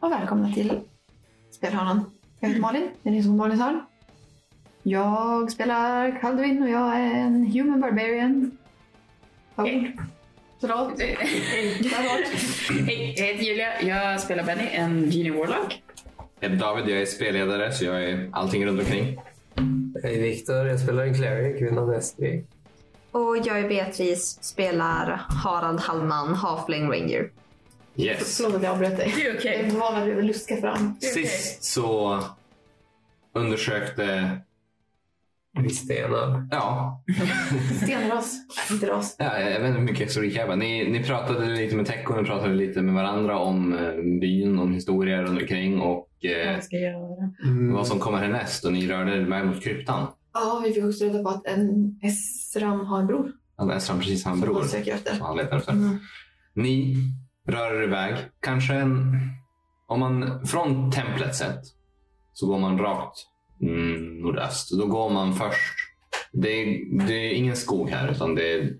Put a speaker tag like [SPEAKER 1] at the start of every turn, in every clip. [SPEAKER 1] och välkomna till Spelhörnan. Jag heter Malin, det är ni som Malin sa. Jag spelar Kalduin och jag är en human barbarian. Oh. Förlåt.
[SPEAKER 2] Eh, Hej,
[SPEAKER 1] Förlåt.
[SPEAKER 2] jag heter Julia. Jag spelar Benny, en Genie Warlock.
[SPEAKER 3] Jag heter David, jag är spelledare så jag är allting runt omkring.
[SPEAKER 4] Hej Viktor, jag spelar en cleric, kvinna mästrig.
[SPEAKER 5] Och jag är Beatrice, spelar Harald Hallman, Halfling Ranger.
[SPEAKER 3] Yes.
[SPEAKER 1] Förlåt att jag avbröt dig.
[SPEAKER 2] Det är okej.
[SPEAKER 1] Jag är van att vi vill luska fram.
[SPEAKER 2] Det är
[SPEAKER 3] Sist så undersökte...
[SPEAKER 4] Vi stenar.
[SPEAKER 3] Ja,
[SPEAKER 1] Stenras. Stenras.
[SPEAKER 3] ja jag vet inte hur mycket jag ska recapa. Ni, ni pratade lite med Tecko, ni pratade lite med varandra om eh, byn, om historier runt omkring och eh,
[SPEAKER 1] Vad ska jag göra?
[SPEAKER 4] Mm.
[SPEAKER 3] vad som kommer härnäst. Och ni rörde er väg mot kryptan.
[SPEAKER 1] Ja, vi fick också reda på att en Esram har en bror.
[SPEAKER 3] Han är precis hans bror.
[SPEAKER 1] Som han söker efter.
[SPEAKER 3] som han letar efter.
[SPEAKER 1] Mm.
[SPEAKER 3] Ni rör er iväg. Kanske en... Om man från templet sett så går man rakt mm, nordöst. Då går man först. Det är, det är ingen skog här utan det är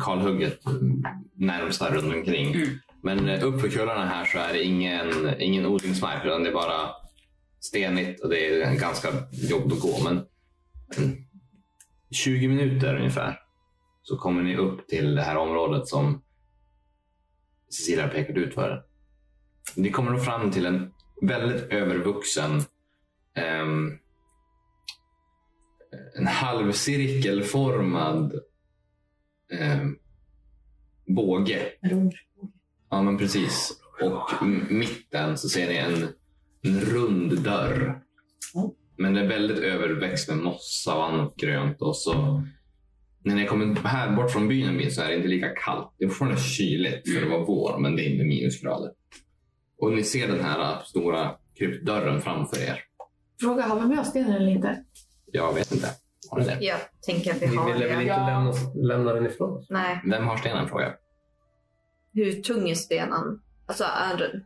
[SPEAKER 3] kalhugget mm, närmsta runt omkring.
[SPEAKER 2] Mm.
[SPEAKER 3] Men eh, uppför kullarna här så är det ingen, ingen odlingsmark utan det är bara stenigt och det är ganska jobbigt att gå. Men mm, 20 minuter ungefär så kommer ni upp till det här området som Cecilia har pekat ut för er. Ni kommer då fram till en väldigt övervuxen ehm, en halvcirkelformad ehm, båge. Ja, men precis. Och m- mitten så ser ni en, en rund dörr.
[SPEAKER 2] Mm.
[SPEAKER 3] Men den är väldigt överväxt med mossa och annat grönt. Och så, när ni kommer här bort från byn en bit så är det inte lika kallt. Det är fortfarande kyligt för det var vår, men det är inte minusgrader. Och ni ser den här äh, stora kryptdörren framför er.
[SPEAKER 1] Fråga, har vi med oss stenen eller inte?
[SPEAKER 3] Jag vet inte. Har ni det?
[SPEAKER 5] Jag tänker att vi
[SPEAKER 4] Vi
[SPEAKER 5] har
[SPEAKER 4] ville väl
[SPEAKER 5] det.
[SPEAKER 4] inte
[SPEAKER 2] Ja.
[SPEAKER 4] lämna, lämna den ifrån oss?
[SPEAKER 5] Nej,
[SPEAKER 3] Vem har stenen frågar jag.
[SPEAKER 5] hur tung är stenen? Alltså, är, den-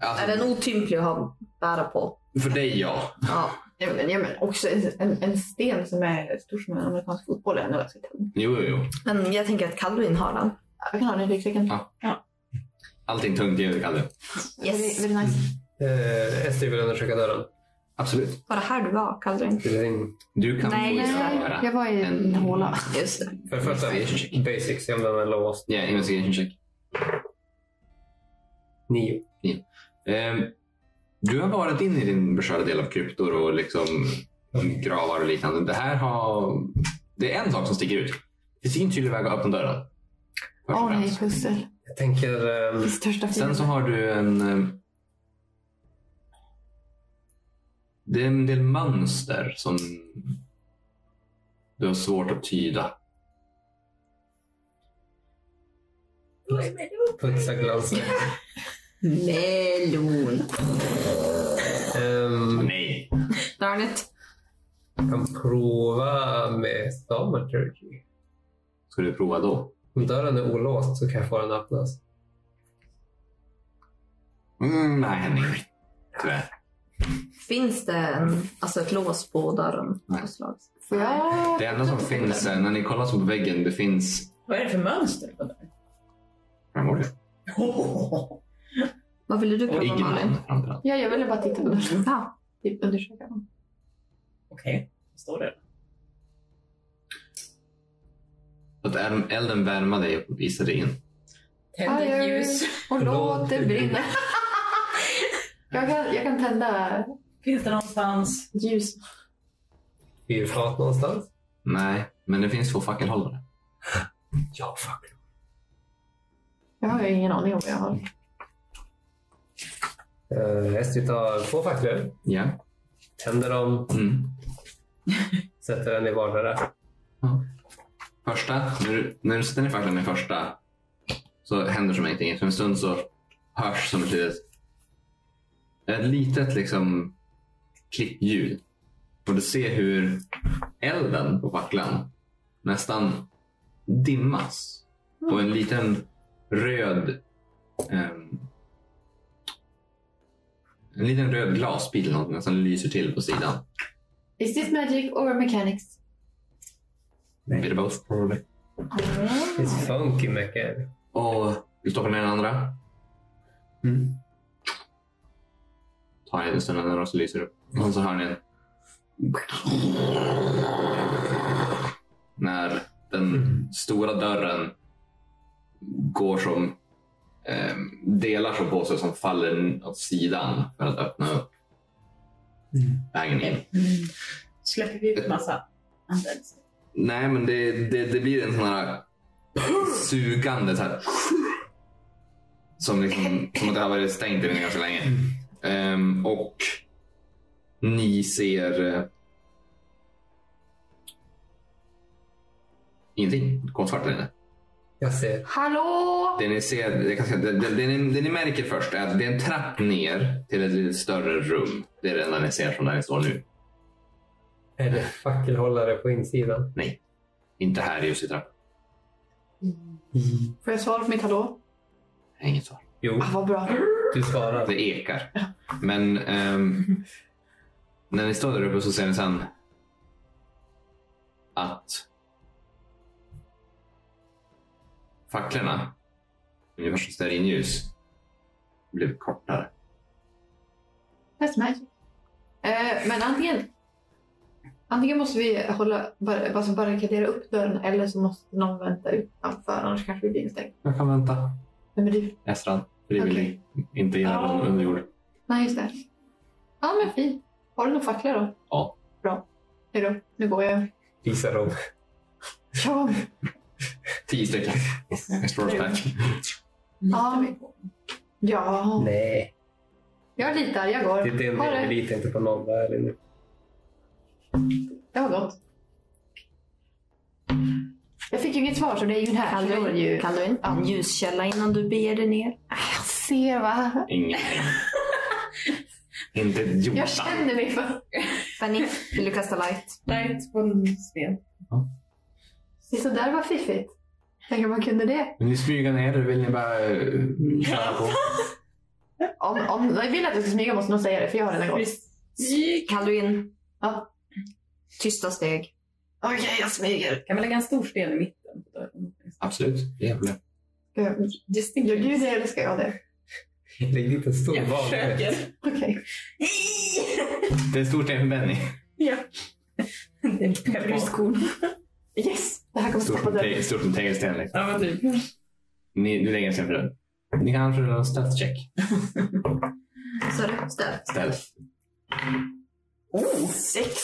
[SPEAKER 3] Alltså,
[SPEAKER 5] är den otymplig att ha bära på?
[SPEAKER 3] För dig, ja.
[SPEAKER 5] Ja.
[SPEAKER 1] Ja, men, ja, men också en, en sten som är stor som en amerikansk fotboll är ändå ganska tung.
[SPEAKER 3] Jo, jo, jo.
[SPEAKER 5] Men jag tänker att Kalduin har den.
[SPEAKER 1] Jag kan ha den i ryggsäcken.
[SPEAKER 3] Ja. Allting tungt i huvudet, Kalle.
[SPEAKER 5] Yes.
[SPEAKER 1] Very, very nice.
[SPEAKER 4] Eh, Ester vill undersöka dörren.
[SPEAKER 3] Absolut.
[SPEAKER 5] Var det här du var, Kalduin?
[SPEAKER 4] Till sin-
[SPEAKER 3] Du kan
[SPEAKER 5] Nej,
[SPEAKER 3] få
[SPEAKER 5] nej,
[SPEAKER 3] göra-
[SPEAKER 1] Jag var i en håla.
[SPEAKER 5] Just det.
[SPEAKER 4] För det första,
[SPEAKER 3] Investigation.
[SPEAKER 4] basic, se om den är låst.
[SPEAKER 3] Ja, investigation check.
[SPEAKER 4] Nio.
[SPEAKER 3] Ehm, du har varit in i din beskärda del av kryptor och liksom gravar och liknande. Det här har... Det är en sak som sticker ut. Det finns ingen tydlig väg att öppna dörren. Först och
[SPEAKER 1] Åh nej,
[SPEAKER 3] främst.
[SPEAKER 1] pussel.
[SPEAKER 4] Jag tänker... ehm,
[SPEAKER 1] Min största
[SPEAKER 3] Sen
[SPEAKER 1] fiende.
[SPEAKER 3] så har du en... ehm, Det är en del mönster som du har svårt att tyda.
[SPEAKER 4] putsa glansen.
[SPEAKER 5] Melon.
[SPEAKER 4] Ehm,
[SPEAKER 3] Nej.
[SPEAKER 5] Darn it.
[SPEAKER 4] kan prova med thaumaturgy.
[SPEAKER 3] Ska du prova då?
[SPEAKER 4] Om dörren är olåst så kan jag få den att öppnas.
[SPEAKER 3] Mm, nej, Henning. Tyvärr.
[SPEAKER 5] Finns det en, alltså ett lås på dörren?
[SPEAKER 3] Nej.
[SPEAKER 5] Av slag?
[SPEAKER 1] Får jag?
[SPEAKER 3] Det enda som finns är när ni kollar så på väggen, det finns...
[SPEAKER 2] Vad är det för mönster på dörren?
[SPEAKER 3] Framgår det?
[SPEAKER 5] Vad ville du prata om, Malin?
[SPEAKER 3] Ignan framförallt.
[SPEAKER 1] Ja, jag ville bara titta på den.
[SPEAKER 5] Ja.
[SPEAKER 1] Typ undersöka den.
[SPEAKER 2] Okej, vad står det?
[SPEAKER 3] Så att elden- elden värmar dig och visar dig in.
[SPEAKER 2] Tänd ett
[SPEAKER 1] Aj, aj,
[SPEAKER 2] ljus.
[SPEAKER 1] Och låt
[SPEAKER 4] Låt
[SPEAKER 1] det
[SPEAKER 4] det
[SPEAKER 1] brinna. jag, kan, jag kan tända
[SPEAKER 2] Finns det någonstans?
[SPEAKER 1] ljus.
[SPEAKER 4] Fyrfat någonstans.
[SPEAKER 3] Nej, men det finns två fackelhållare.
[SPEAKER 4] Ja, fuck.
[SPEAKER 1] Jag har ju ingen aning om vad jag har.
[SPEAKER 4] Uh, Ester tar två facklor,
[SPEAKER 3] Ja.
[SPEAKER 4] tänder dem,
[SPEAKER 3] Mm.
[SPEAKER 4] sätter den i vardera.
[SPEAKER 3] Första, när du, när du sätter ner facklan med första så händer som ingenting. Efter en stund så hörs som ett litet, ett litet liksom klickljud. Och du ser hur elden på facklan nästan dimmas. Och en liten röd ehm, en liten röd glasbit eller något nästan lyser till på sidan.
[SPEAKER 1] Is this magic or mechanics?
[SPEAKER 3] Bit of both.
[SPEAKER 4] It's funky mycket.
[SPEAKER 3] Och du stoppar ner den andra. tar en stund när de så lyser upp. Och så hör ni en... När den stora dörren går som... Eh, delar som på sig som faller åt sidan för att öppna upp vägen in.
[SPEAKER 2] Mm. Släpper vi ut massa andelser?
[SPEAKER 3] Nej, men det, det, det blir en sån här sugande så här, som, liksom, som att det har varit stängt inne ganska länge. Ehm, och ni ser eh, ingenting. Det kommer svart där inne.
[SPEAKER 4] Jag ser.
[SPEAKER 1] Hallå!
[SPEAKER 3] Det ni, ser, det, kan säga- det, det, det, ni, det ni märker först är att det är en trapp ner till ett lite större rum. Det är det enda ni ser från där ni står nu.
[SPEAKER 4] Är det fackelhållare på insidan?
[SPEAKER 3] Nej, inte här just i trappan.
[SPEAKER 1] Får jag svar på mitt hallå?
[SPEAKER 3] Jag har Inget svar.
[SPEAKER 4] Jo,
[SPEAKER 1] Ah, vad bra.
[SPEAKER 4] du svarar.
[SPEAKER 3] Det ekar. Men ehm, när ni står där uppe så ser ni sen att facklorna, universums stearinljus, blev kortare.
[SPEAKER 1] That's magic. Eh, men antingen... Antingen måste vi hålla, bar, alltså barrikadera upp dörren eller så måste någon vänta utanför annars kanske vi blir instängda.
[SPEAKER 3] Jag kan vänta.
[SPEAKER 1] Vem är du?
[SPEAKER 3] Esran, för det vill
[SPEAKER 1] Okej.
[SPEAKER 3] ni inte göra
[SPEAKER 2] Ja.
[SPEAKER 3] oh. under jord.
[SPEAKER 1] Nej, just det. Ja, men fint. Har du någon fackla då?
[SPEAKER 3] Ja.
[SPEAKER 1] Bra. Hej då. Nu går jag.
[SPEAKER 4] Visar dem.
[SPEAKER 1] Ja,
[SPEAKER 3] Tio stycken. Explorers pack.
[SPEAKER 1] Ja. ja.
[SPEAKER 4] Nej,
[SPEAKER 1] jag litar. Jag
[SPEAKER 4] det
[SPEAKER 1] går.
[SPEAKER 4] är det
[SPEAKER 1] Ha
[SPEAKER 4] jag
[SPEAKER 1] det.
[SPEAKER 4] litar inte på någon där nu.
[SPEAKER 1] Det var gott. Jag fick ju inget svar så det är ingen här. så det är
[SPEAKER 5] Kalduin,
[SPEAKER 1] ju...
[SPEAKER 5] Kalduin.
[SPEAKER 1] Ja.
[SPEAKER 5] En ljuskälla innan du beger dig ner.
[SPEAKER 1] Jag ser va?
[SPEAKER 3] Ingenting. inte ett
[SPEAKER 1] Jag
[SPEAKER 3] jota.
[SPEAKER 1] känner mig för...
[SPEAKER 5] Benny, vill du kasta light?
[SPEAKER 2] Light på en sten.
[SPEAKER 1] Det så där var fiffigt. Tänk om man kunde det.
[SPEAKER 3] Vill ni smyga ner eller vill ni bara eh, köra på?
[SPEAKER 1] Om, om jag vill att jag ska smyga måste någon säga det för jag har redan gått.
[SPEAKER 2] Smyg.
[SPEAKER 5] Kalduin.
[SPEAKER 1] Ja.
[SPEAKER 5] Tysta steg.
[SPEAKER 1] Okej, jag smyger.
[SPEAKER 2] Kan man lägga en stor sten i mitten på dörren?
[SPEAKER 3] Absolut. Det är problem.
[SPEAKER 2] Just in
[SPEAKER 1] Gör du
[SPEAKER 2] case.
[SPEAKER 1] det eller ska jag det?
[SPEAKER 4] Lägg dit en stor
[SPEAKER 2] Jag
[SPEAKER 4] vanlig.
[SPEAKER 2] försöker.
[SPEAKER 1] Okej.
[SPEAKER 3] Det är en stor sten för Benny.
[SPEAKER 2] Ja. Det är en peppar.
[SPEAKER 1] Yes! Det här kommer
[SPEAKER 3] Stor
[SPEAKER 1] stoppa
[SPEAKER 3] som,
[SPEAKER 1] dörren.
[SPEAKER 3] te- stor som tegelsten. Liksom.
[SPEAKER 2] Ja, men typ.
[SPEAKER 3] Ni, du lägger en sten för den. Ni kan kanske göra en stealth check.
[SPEAKER 5] Så du, ställ.
[SPEAKER 3] Stealth.
[SPEAKER 2] Oh,
[SPEAKER 1] Sex!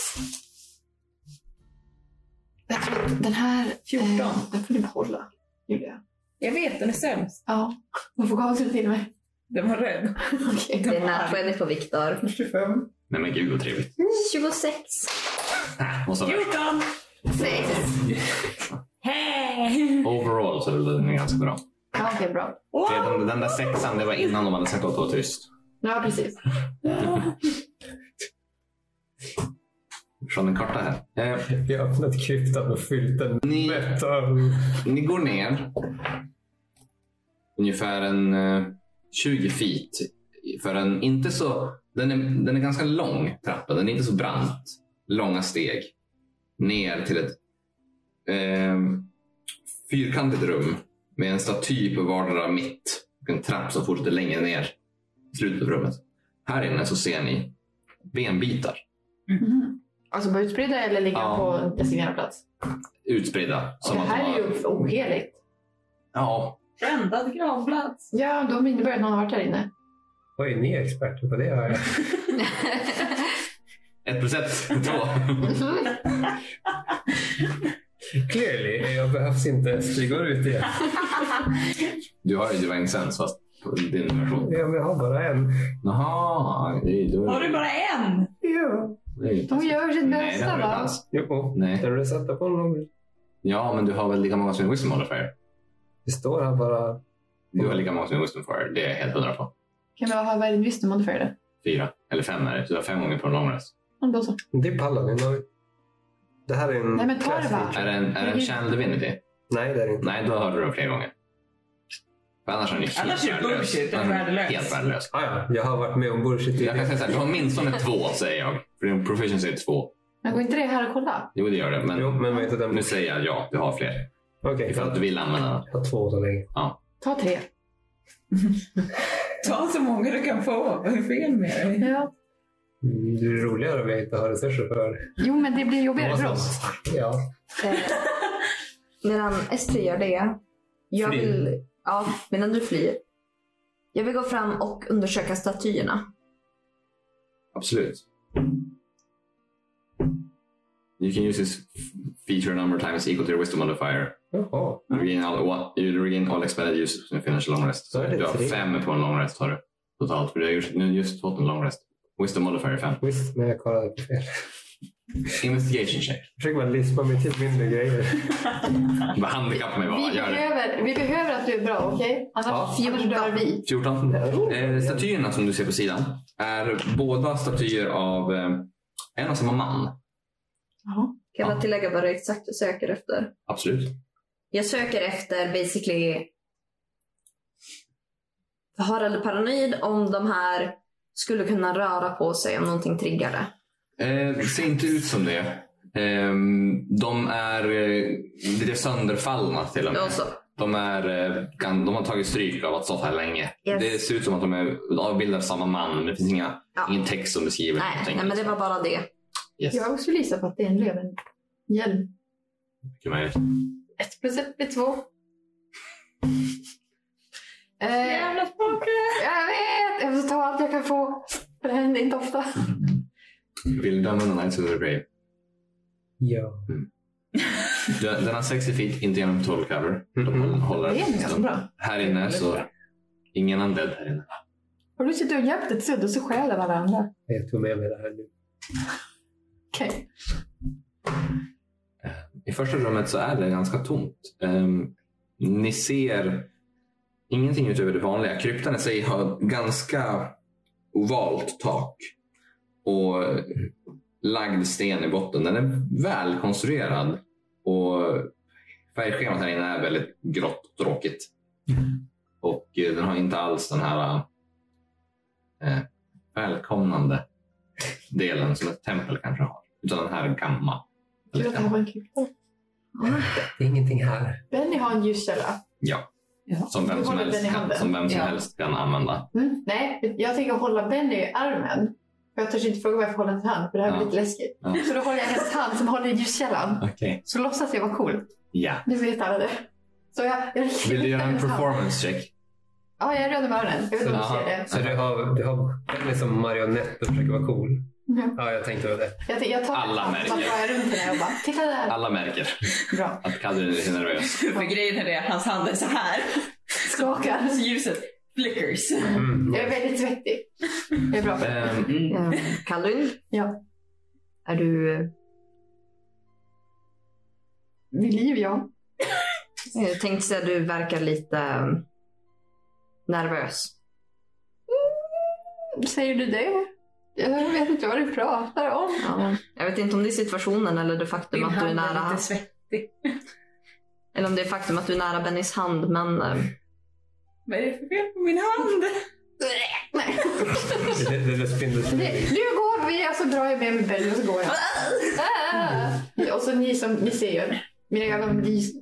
[SPEAKER 1] Jag tror att den här...
[SPEAKER 2] Fjorton.
[SPEAKER 1] Eh, den får ni behålla, Julia.
[SPEAKER 2] jag vet, den är sämst.
[SPEAKER 1] Ja, hon får gasen till mig.
[SPEAKER 2] Den var röd.
[SPEAKER 1] Okej.
[SPEAKER 5] Det är närskeendet på Viktor.
[SPEAKER 2] 25.
[SPEAKER 3] Nej men gud vad trevligt.
[SPEAKER 5] 26.
[SPEAKER 3] Och så
[SPEAKER 2] 14!
[SPEAKER 5] Sex.
[SPEAKER 2] Hej!
[SPEAKER 3] overall så rullade ni ganska bra.
[SPEAKER 1] Ja, okej, bra.
[SPEAKER 3] Det, den, den där sexan, det var innan de hade sagt åt att vara tyst.
[SPEAKER 1] Ja, precis.
[SPEAKER 3] Från en karta här. Eh,
[SPEAKER 4] Vi har öppnat kryptan och fyllt den
[SPEAKER 3] ni,
[SPEAKER 4] med törn.
[SPEAKER 3] ni går ner ungefär en eh, 20 feet för en inte så... Den är, den är ganska lång trappa. Den är inte så brant. Långa steg ner till ett eh, fyrkantigt rum med en staty på vardera mitt och en trapp som fortsätter längre ner i slutet av rummet. Här inne så ser ni benbitar
[SPEAKER 1] Mhm. Alltså bara utspridda eller ligga
[SPEAKER 3] Ja.
[SPEAKER 1] på en designerad plats?
[SPEAKER 3] utspridda.
[SPEAKER 1] det
[SPEAKER 3] att de
[SPEAKER 1] här
[SPEAKER 3] har-
[SPEAKER 1] är ju oheligt.
[SPEAKER 3] Ja,
[SPEAKER 2] Brändad gravplats.
[SPEAKER 1] Ja, de innebär att någon har varit där inne.
[SPEAKER 4] Oj, ni är experter på det hör jag.
[SPEAKER 3] ett plus ett, två.
[SPEAKER 4] Clearly, jag behövs inte. Vi går ut igen.
[SPEAKER 3] Du har ju divine sense fast på din version.
[SPEAKER 4] Ja, men jag har bara en.
[SPEAKER 3] Jaha, det är ju...
[SPEAKER 2] Har du bara en?
[SPEAKER 4] Ja.
[SPEAKER 3] det är ju
[SPEAKER 1] De
[SPEAKER 3] inte alls-
[SPEAKER 1] gör sitt
[SPEAKER 3] Nej, det
[SPEAKER 1] bästa
[SPEAKER 3] har du inte
[SPEAKER 1] va?
[SPEAKER 3] alls.
[SPEAKER 4] Jo,
[SPEAKER 3] Nej.
[SPEAKER 4] den du satte på honom.
[SPEAKER 3] Ja, men du har väl lika många som en wisdom modifier?
[SPEAKER 4] Det står här bara.
[SPEAKER 3] Du har lika många som en wisdom modifier. Det är jag helt hundra på.
[SPEAKER 1] Kan vi ha vad är din visst om man för det?
[SPEAKER 3] Fyra. Eller fem är det. Så Du har fem gånger på en lång rest.
[SPEAKER 1] Ja, då så.
[SPEAKER 4] Det pallar ni nog. Det här är en...
[SPEAKER 1] Nej, men ta det
[SPEAKER 4] class
[SPEAKER 1] bara.
[SPEAKER 4] feature.
[SPEAKER 3] Är det en, är det
[SPEAKER 1] Mm.
[SPEAKER 3] en channel divinity?
[SPEAKER 4] Nej, det är det inte.
[SPEAKER 3] Nej, då har du den fler gånger. För annars är den ju helt
[SPEAKER 2] Annars är det
[SPEAKER 3] värdelös.
[SPEAKER 2] bullshit, den är
[SPEAKER 3] Annars
[SPEAKER 2] värdelös.
[SPEAKER 3] Helt värdelös.
[SPEAKER 4] Ah, ja, jag har varit med om bullshit.
[SPEAKER 3] Jag kan
[SPEAKER 4] i-
[SPEAKER 3] säga så här, du har åtminstone två säger jag. För din proficiency är två.
[SPEAKER 1] Men går inte det här och kolla?
[SPEAKER 3] Jo, det gör det.
[SPEAKER 4] Jo,
[SPEAKER 3] Men
[SPEAKER 4] men var inte den...
[SPEAKER 3] nu säger jag ja, du har fler.
[SPEAKER 4] Okej,
[SPEAKER 3] Ifall du
[SPEAKER 4] jag
[SPEAKER 3] vill använda den.
[SPEAKER 4] har två så länge.
[SPEAKER 1] Ta tre.
[SPEAKER 2] Ta så många du kan få. Vad är fel med dig?
[SPEAKER 1] Ja.
[SPEAKER 4] Mm, Det är roligare om jag inte har resurser för
[SPEAKER 1] Jo, men det blir jobbigare för oss.
[SPEAKER 4] Ja.
[SPEAKER 5] Eh, medan Estrid gör det. Jag
[SPEAKER 4] Flyr.
[SPEAKER 5] vill, ja, medan du flyr. Jag vill gå fram och undersöka statyerna.
[SPEAKER 3] Absolut. You can use this f- feature number times equal to your wisdom modifier.
[SPEAKER 4] Jaha.
[SPEAKER 3] You regain all, one, you regain all expended use and finish a long rest.
[SPEAKER 4] Så är det
[SPEAKER 3] du har
[SPEAKER 4] tre.
[SPEAKER 3] fem på en long rest har du totalt. För du har just, nu just fått en long rest. Wisdom modifier är fem.
[SPEAKER 4] Visst, men jag kollade på fel.
[SPEAKER 3] Investigation check.
[SPEAKER 4] Försök bara lispa mig till mindre grejer.
[SPEAKER 3] Vad handikappar mig bara.
[SPEAKER 1] Vi
[SPEAKER 3] Gör det.
[SPEAKER 1] behöver, vi behöver att du är bra, okej? Annars,
[SPEAKER 5] Ja.
[SPEAKER 1] annars dör vi.
[SPEAKER 3] 14.
[SPEAKER 4] Ja.
[SPEAKER 3] Eh, statyerna som du ser på sidan är båda statyer av eh, en och samma man.
[SPEAKER 5] Kan
[SPEAKER 3] Ja.
[SPEAKER 5] jag tillägga vad det är exakt du söker efter?
[SPEAKER 3] Absolut.
[SPEAKER 5] Jag söker efter basically Harald är paranoid om de här skulle kunna röra på sig om någonting triggar det.
[SPEAKER 3] Eh, det ser inte ut som det. Ehm, de är eh, lite sönderfallna till och med.
[SPEAKER 5] Och så,
[SPEAKER 3] De, är, eh, kan, de har tagit stryk av att stått här länge.
[SPEAKER 5] Yes.
[SPEAKER 3] Det ser ut som att de är avbildade av samma man. men Det finns inga,
[SPEAKER 5] Ja.
[SPEAKER 3] ingen text som beskriver
[SPEAKER 5] nej, nej, men det var bara det.
[SPEAKER 3] Yes.
[SPEAKER 1] Jag har också gissat på att det är en lövenhjälm.
[SPEAKER 3] Mycket möjligt.
[SPEAKER 1] Ett plus ett blir två. Eh,
[SPEAKER 2] Jävla spöke!
[SPEAKER 1] jag vet! Jag måste ta allt jag kan få. För det händer inte ofta.
[SPEAKER 3] Vill du använda Knights of the Grave?
[SPEAKER 4] Ja.
[SPEAKER 3] Den den har 60 feet, inte genom 12 cover.
[SPEAKER 4] Mhm.
[SPEAKER 3] De håller
[SPEAKER 1] Det är nog ganska bra.
[SPEAKER 3] Här inne så ingen undead här inne.
[SPEAKER 1] Har du suttit och gömt ett sudd och så stjäl av alla andra?
[SPEAKER 4] Jag tog med mig det här nu.
[SPEAKER 1] Okej.
[SPEAKER 3] I första rummet så är det ganska tomt. Ehm, ni ser ingenting utöver det vanliga. Kryptan i sig har ganska ovalt tak och lagd sten i botten. Den är välkonstruerad och färgschemat här inne är väldigt grått och tråkigt. Och eh, den har inte alls den här eh, välkomnande delen som ett tempel kanske har. Utan den här är gammal.
[SPEAKER 1] Kul att det här var en krypta.
[SPEAKER 4] Det är ingenting här.
[SPEAKER 1] Benny har en ljuskälla.
[SPEAKER 3] Ja.
[SPEAKER 2] Ja.
[SPEAKER 3] Som vem
[SPEAKER 1] Du
[SPEAKER 3] som
[SPEAKER 1] håller
[SPEAKER 3] helst
[SPEAKER 1] den i
[SPEAKER 3] kan,
[SPEAKER 1] handen.
[SPEAKER 3] som vem som
[SPEAKER 2] Ja.
[SPEAKER 3] helst kan använda.
[SPEAKER 1] Mm. Nej, jag tänker hålla Benny i armen. För Jag törs inte fråga varför jag håller hans hand, för det här blir
[SPEAKER 3] Ja.
[SPEAKER 1] lite läskigt.
[SPEAKER 3] Ja.
[SPEAKER 1] Så då håller jag hennes hand som håller i ljuskällan.
[SPEAKER 3] Okej.
[SPEAKER 1] Så låtsas jag vara cool.
[SPEAKER 3] Ja.
[SPEAKER 1] Nu vet alla det. Så jag, jag riktigt
[SPEAKER 3] Vill du göra en
[SPEAKER 1] hennes hand.
[SPEAKER 3] performance check?
[SPEAKER 1] Ja, jag är röd om öronen. Jag vet inte om du
[SPEAKER 3] Jaha.
[SPEAKER 1] ser det.
[SPEAKER 4] Så du har, du har Benny som marionett och försöker vara cool.
[SPEAKER 1] Ja.
[SPEAKER 4] Ja, jag tänkte väl det.
[SPEAKER 1] Jag, tänker- jag tar
[SPEAKER 3] Alla
[SPEAKER 1] allt,
[SPEAKER 3] märker.
[SPEAKER 1] bara drar jag runt henne och bara, titta där.
[SPEAKER 3] Alla märker
[SPEAKER 1] Bra.
[SPEAKER 3] att Kadrin är lite nervös.
[SPEAKER 2] För grejen är det, hans hand är så här.
[SPEAKER 1] Skakar.
[SPEAKER 2] Så ljuset flickers.
[SPEAKER 4] Mm.
[SPEAKER 1] Jag är väldigt svettig. Det är bra.
[SPEAKER 3] Ehm,
[SPEAKER 2] Mm.
[SPEAKER 5] Eh, Kalvin?
[SPEAKER 1] Ja.
[SPEAKER 5] Är du... eh,
[SPEAKER 1] Vid liv, ja.
[SPEAKER 5] Jag tänkte säga att du verkar lite eh, nervös.
[SPEAKER 1] Säger du det? Jag vet inte vad du pratar om.
[SPEAKER 5] Ja. Jag vet inte om det är situationen eller det faktum att du är nära han.
[SPEAKER 2] svettig.
[SPEAKER 5] Eller om det är faktum att du är nära Bennys hand. Men eh,
[SPEAKER 2] Vad är det för fel på min hand?
[SPEAKER 1] Nej.
[SPEAKER 4] Det det- det är spindelsmidig.
[SPEAKER 1] Nu går vi och så drar jag med mig Benny och så går jag. Ah! Och så ni som, ni ser ju. Mina ögon lyser.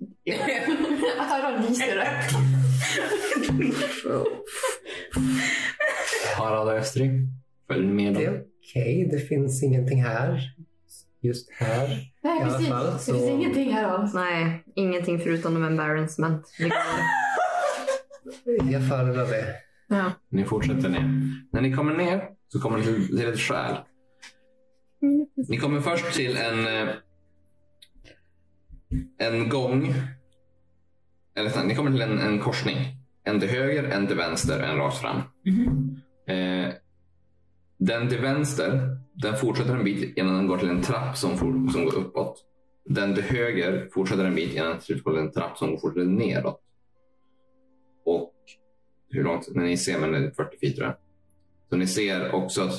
[SPEAKER 1] Öron lyser. rött.
[SPEAKER 3] Harald och Östring. Följ med
[SPEAKER 4] Det är
[SPEAKER 3] dem.
[SPEAKER 4] okej, det finns ingenting här. Just här.
[SPEAKER 1] Nej,
[SPEAKER 4] I alla
[SPEAKER 1] precis.
[SPEAKER 4] fall,
[SPEAKER 1] Det
[SPEAKER 4] så-
[SPEAKER 1] finns ingenting här alls.
[SPEAKER 5] nej, ingenting förutom de embarrassment. Vi går-
[SPEAKER 4] Jag föredrar det.
[SPEAKER 5] Ja.
[SPEAKER 3] Ni fortsätter ner. När ni kommer ner så kommer ni till, till ett skäl. Ni kommer först till en, eh, en gång. Eller snarare, ni kommer till en, en korsning. En till höger, en till vänster, en rakt fram. Eh, den till vänster den fortsätter en bit innan den går till en trapp som, for, som går uppåt. Den till höger fortsätter en bit innan den till slut går till en trapp som fortsätter neråt. Och hur långt? När ni ser, men det är 40 feet tror jag. Så ni ser också att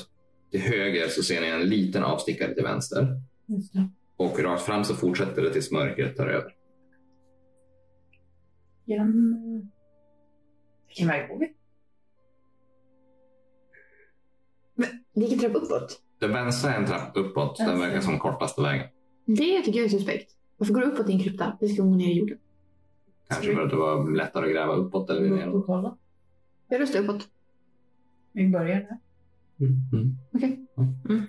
[SPEAKER 3] till höger så ser ni en liten avstickare till vänster. Och rakt fram så fortsätter det tills mörkret tar över.
[SPEAKER 2] Jan. Vilken väg går vi?
[SPEAKER 1] Vilken trapp uppåt?
[SPEAKER 3] Den vänstra är en trapp uppåt. Den verkar som kortaste vägen.
[SPEAKER 1] Det tycker jag är suspekt. Varför går du uppåt i en krypta? Vi ska gå ner i jorden.
[SPEAKER 3] Kanske för att det var lättare
[SPEAKER 1] Mm,
[SPEAKER 3] att gräva uppåt eller neråt.
[SPEAKER 2] kolla.
[SPEAKER 1] Jag röstar uppåt.
[SPEAKER 2] Vi börjar där.
[SPEAKER 3] Mm.
[SPEAKER 1] Okej.
[SPEAKER 5] Mm.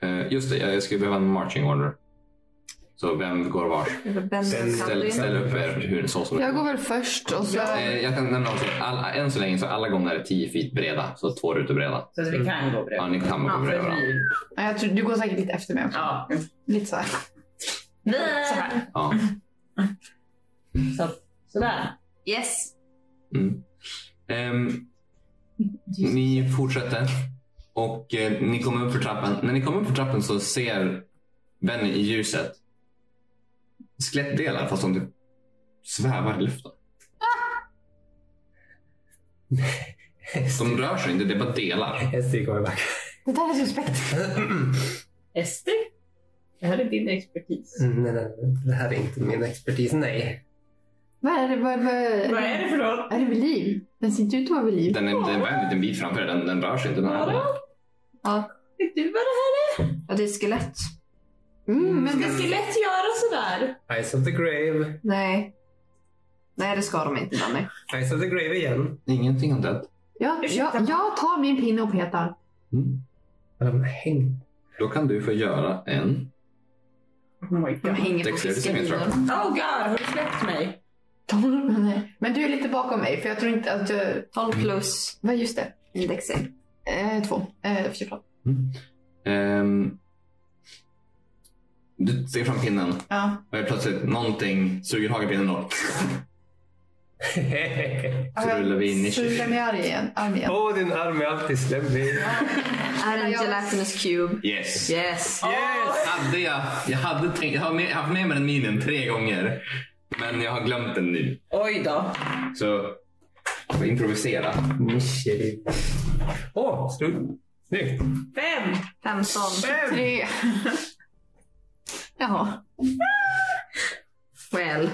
[SPEAKER 3] Eh, just det, jag jag skulle behöva en marching order. Så vem går var?
[SPEAKER 5] Ben
[SPEAKER 4] Ställ-
[SPEAKER 5] och
[SPEAKER 3] Ställ,
[SPEAKER 5] Kalvin.
[SPEAKER 3] ställ upp er hur, så som
[SPEAKER 1] Mm. Jag går väl först och så...
[SPEAKER 3] Eh, Jag kan nämna också att alla, än så länge så är alla gånger är 10 feet breda, så två rutor breda.
[SPEAKER 2] Så att vi kan gå bredvid.
[SPEAKER 3] Ja, ni kan
[SPEAKER 5] Ja,
[SPEAKER 3] gå
[SPEAKER 5] för
[SPEAKER 3] bredvid
[SPEAKER 2] För
[SPEAKER 3] varandra.
[SPEAKER 2] vi-
[SPEAKER 1] Nej, jag tror, du går säkert lite efter mig också.
[SPEAKER 2] Ja,
[SPEAKER 1] Lite så här.
[SPEAKER 5] Vi
[SPEAKER 2] så
[SPEAKER 5] är...
[SPEAKER 2] här.
[SPEAKER 3] Ja.
[SPEAKER 2] Så, sådär.
[SPEAKER 5] Yes.
[SPEAKER 3] Mm. Ehm, ni fortsätter och eh, ni kommer upp för trappan. När ni kommer upp för trappan så ser Benny i ljuset skelettdelar fast de typ svävar i luften. De rör sig inte, det är bara delar.
[SPEAKER 4] Esti kommer back.
[SPEAKER 1] Det där är suspekt.
[SPEAKER 2] Esti? Det här är din expertis.
[SPEAKER 4] Mm, Nej, nej, nej. Det här är inte min expertis. Nej.
[SPEAKER 1] Vad är det? Vad, vad,
[SPEAKER 2] Vad är det för något?
[SPEAKER 1] Är det vid liv? Den ser inte ut att vara vid liv.
[SPEAKER 3] Den är, den är en liten bit framför er, den, den rör sig inte. Den här.
[SPEAKER 2] Vadå?
[SPEAKER 5] Ja.
[SPEAKER 2] Vet du vad det
[SPEAKER 5] ja, det är skelett.
[SPEAKER 1] Mm, men
[SPEAKER 2] här? Ska skelett göra sådär?
[SPEAKER 4] Eyes of the grave.
[SPEAKER 5] Nej. Nej, det ska de inte, Danny.
[SPEAKER 4] Eyes of the grave igen.
[SPEAKER 3] Ingenting om det.
[SPEAKER 1] jag, jag,
[SPEAKER 2] Ursäkta.
[SPEAKER 1] jag tar min pinne och petar.
[SPEAKER 3] Mm.
[SPEAKER 4] Har de hängt?
[SPEAKER 3] Då kan du få göra en...
[SPEAKER 2] Oh my
[SPEAKER 5] De
[SPEAKER 2] god.
[SPEAKER 5] hänger på
[SPEAKER 3] Dexterity saving
[SPEAKER 5] fiskelinor.
[SPEAKER 3] throw.
[SPEAKER 2] Oh god, har du släppt mig?
[SPEAKER 1] Nej. Men du är lite bakom mig för jag tror inte att du...
[SPEAKER 5] 12 plus
[SPEAKER 1] Vad just det?
[SPEAKER 5] indexen.
[SPEAKER 1] Eh, två. Eh, 14.
[SPEAKER 3] Ehm, du ser fram pinnen
[SPEAKER 1] Ja.
[SPEAKER 3] och helt plötsligt någonting suger tag i pinnen och så
[SPEAKER 1] Ja,
[SPEAKER 3] rullar vi in i
[SPEAKER 1] Så rullar
[SPEAKER 3] kylen.
[SPEAKER 1] min arm igen. Arm igen.
[SPEAKER 4] Åh, din arm är alltid slemmig.
[SPEAKER 5] Är en gelatinous cube.
[SPEAKER 3] Yes!
[SPEAKER 5] Yes.
[SPEAKER 4] Yes!
[SPEAKER 3] Hade jag, jag, hade tänkt, jag har med, haft med mig den minen tre gånger. Men jag har glömt den nu.
[SPEAKER 2] Oj då.
[SPEAKER 3] Så jag får improvisera.
[SPEAKER 4] Nischeri. Åh, slut. Snyggt.
[SPEAKER 2] Fem.
[SPEAKER 5] 15.
[SPEAKER 4] Fem!
[SPEAKER 1] Tre. Jaha.
[SPEAKER 5] Well.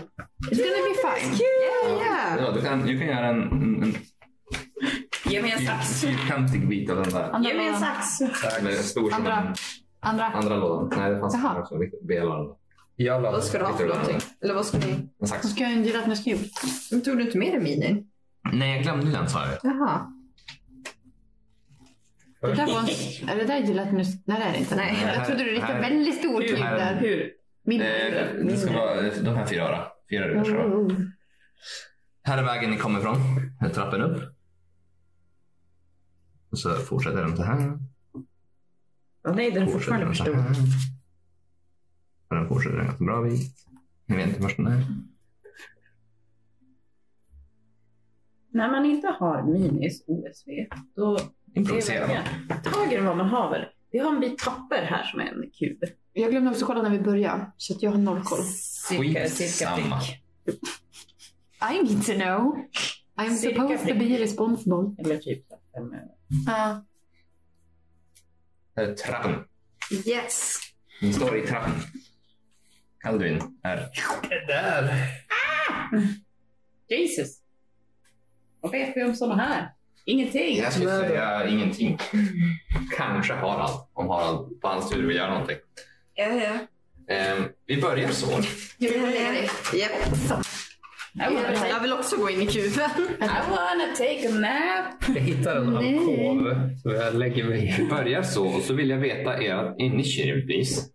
[SPEAKER 1] It's gonna be fine.
[SPEAKER 5] Yeah.
[SPEAKER 3] Ja, du, kan, du kan göra en, en, en
[SPEAKER 2] Ge mig en sax.
[SPEAKER 3] fyrkantig bit av den där.
[SPEAKER 1] Andra
[SPEAKER 2] Ge mig en
[SPEAKER 1] lådan.
[SPEAKER 2] sax.
[SPEAKER 3] Eller stor som
[SPEAKER 1] Andra.
[SPEAKER 3] den
[SPEAKER 1] Andra.
[SPEAKER 3] andra lådan. Nej, det fanns
[SPEAKER 1] Jaha.
[SPEAKER 3] också. B-lådan.
[SPEAKER 4] Jag la
[SPEAKER 5] Vad ska du ha för någonting? Eller vad ska ni...
[SPEAKER 3] En sax.
[SPEAKER 1] Så ska jag göra en gelatinous cube.
[SPEAKER 5] Men Tog du inte med dig minin?
[SPEAKER 3] Nej, jag glömde den sa jag.
[SPEAKER 5] Jaha.
[SPEAKER 1] Det där var en... Är det där gelatinous... Nej det är det inte.
[SPEAKER 5] Nej.
[SPEAKER 1] Jag trodde du riktade
[SPEAKER 3] Här-
[SPEAKER 1] väldigt stor
[SPEAKER 2] Hur?
[SPEAKER 1] tyngd där.
[SPEAKER 2] Hur?
[SPEAKER 1] Min.
[SPEAKER 3] Eh, det ska vara eh, de här fyra öra. Fyra öra ska det
[SPEAKER 1] Mm.
[SPEAKER 3] vara. Här är vägen ni kommer ifrån. Här är trappen upp. Och så fortsätter den så här.
[SPEAKER 2] Åh nej, den är
[SPEAKER 3] Fortsätter
[SPEAKER 2] fortfarande
[SPEAKER 3] den
[SPEAKER 2] för
[SPEAKER 3] så
[SPEAKER 2] stor.
[SPEAKER 3] här. Och den fortsätter en ganska bra bit. Ni vet inte vart den är.
[SPEAKER 2] När man inte har minis OSV, då
[SPEAKER 3] Improvisera.
[SPEAKER 2] Det är verkligen Högre än vad man haver. Vi har en bit papper här som är en kub.
[SPEAKER 1] Jag glömde också kolla när vi började. Så att jag har noll koll.
[SPEAKER 2] Cirka, cirka typ-
[SPEAKER 3] Skitsamma.
[SPEAKER 2] prick.
[SPEAKER 1] I need to know. I'm
[SPEAKER 2] Cirka
[SPEAKER 1] supposed to be
[SPEAKER 2] prick.
[SPEAKER 1] responsible.
[SPEAKER 2] Eller typ så här fem öre.
[SPEAKER 1] Ja.
[SPEAKER 3] Här är trappen.
[SPEAKER 5] Yes.
[SPEAKER 3] Ni står i trappen. Alduin är...
[SPEAKER 4] Det där.
[SPEAKER 2] Jesus! Vad vet vi om sådana här? Ingenting!
[SPEAKER 3] Jag skulle säga ingenting. Kanske Harald. Om Harald på hans tur vill göra någonting.
[SPEAKER 5] Ja, ja.
[SPEAKER 3] Eh, vi börjar så.
[SPEAKER 5] Jag vill med dig. Japp.
[SPEAKER 2] I wanna take,
[SPEAKER 5] Jag vill också gå in i kuben.
[SPEAKER 2] I wanna take a nap!
[SPEAKER 4] Jag hittar en
[SPEAKER 1] Nej.
[SPEAKER 4] alkov som jag lägger mig i.
[SPEAKER 3] Vi börjar så och så vill jag veta ert initiativ givetvis.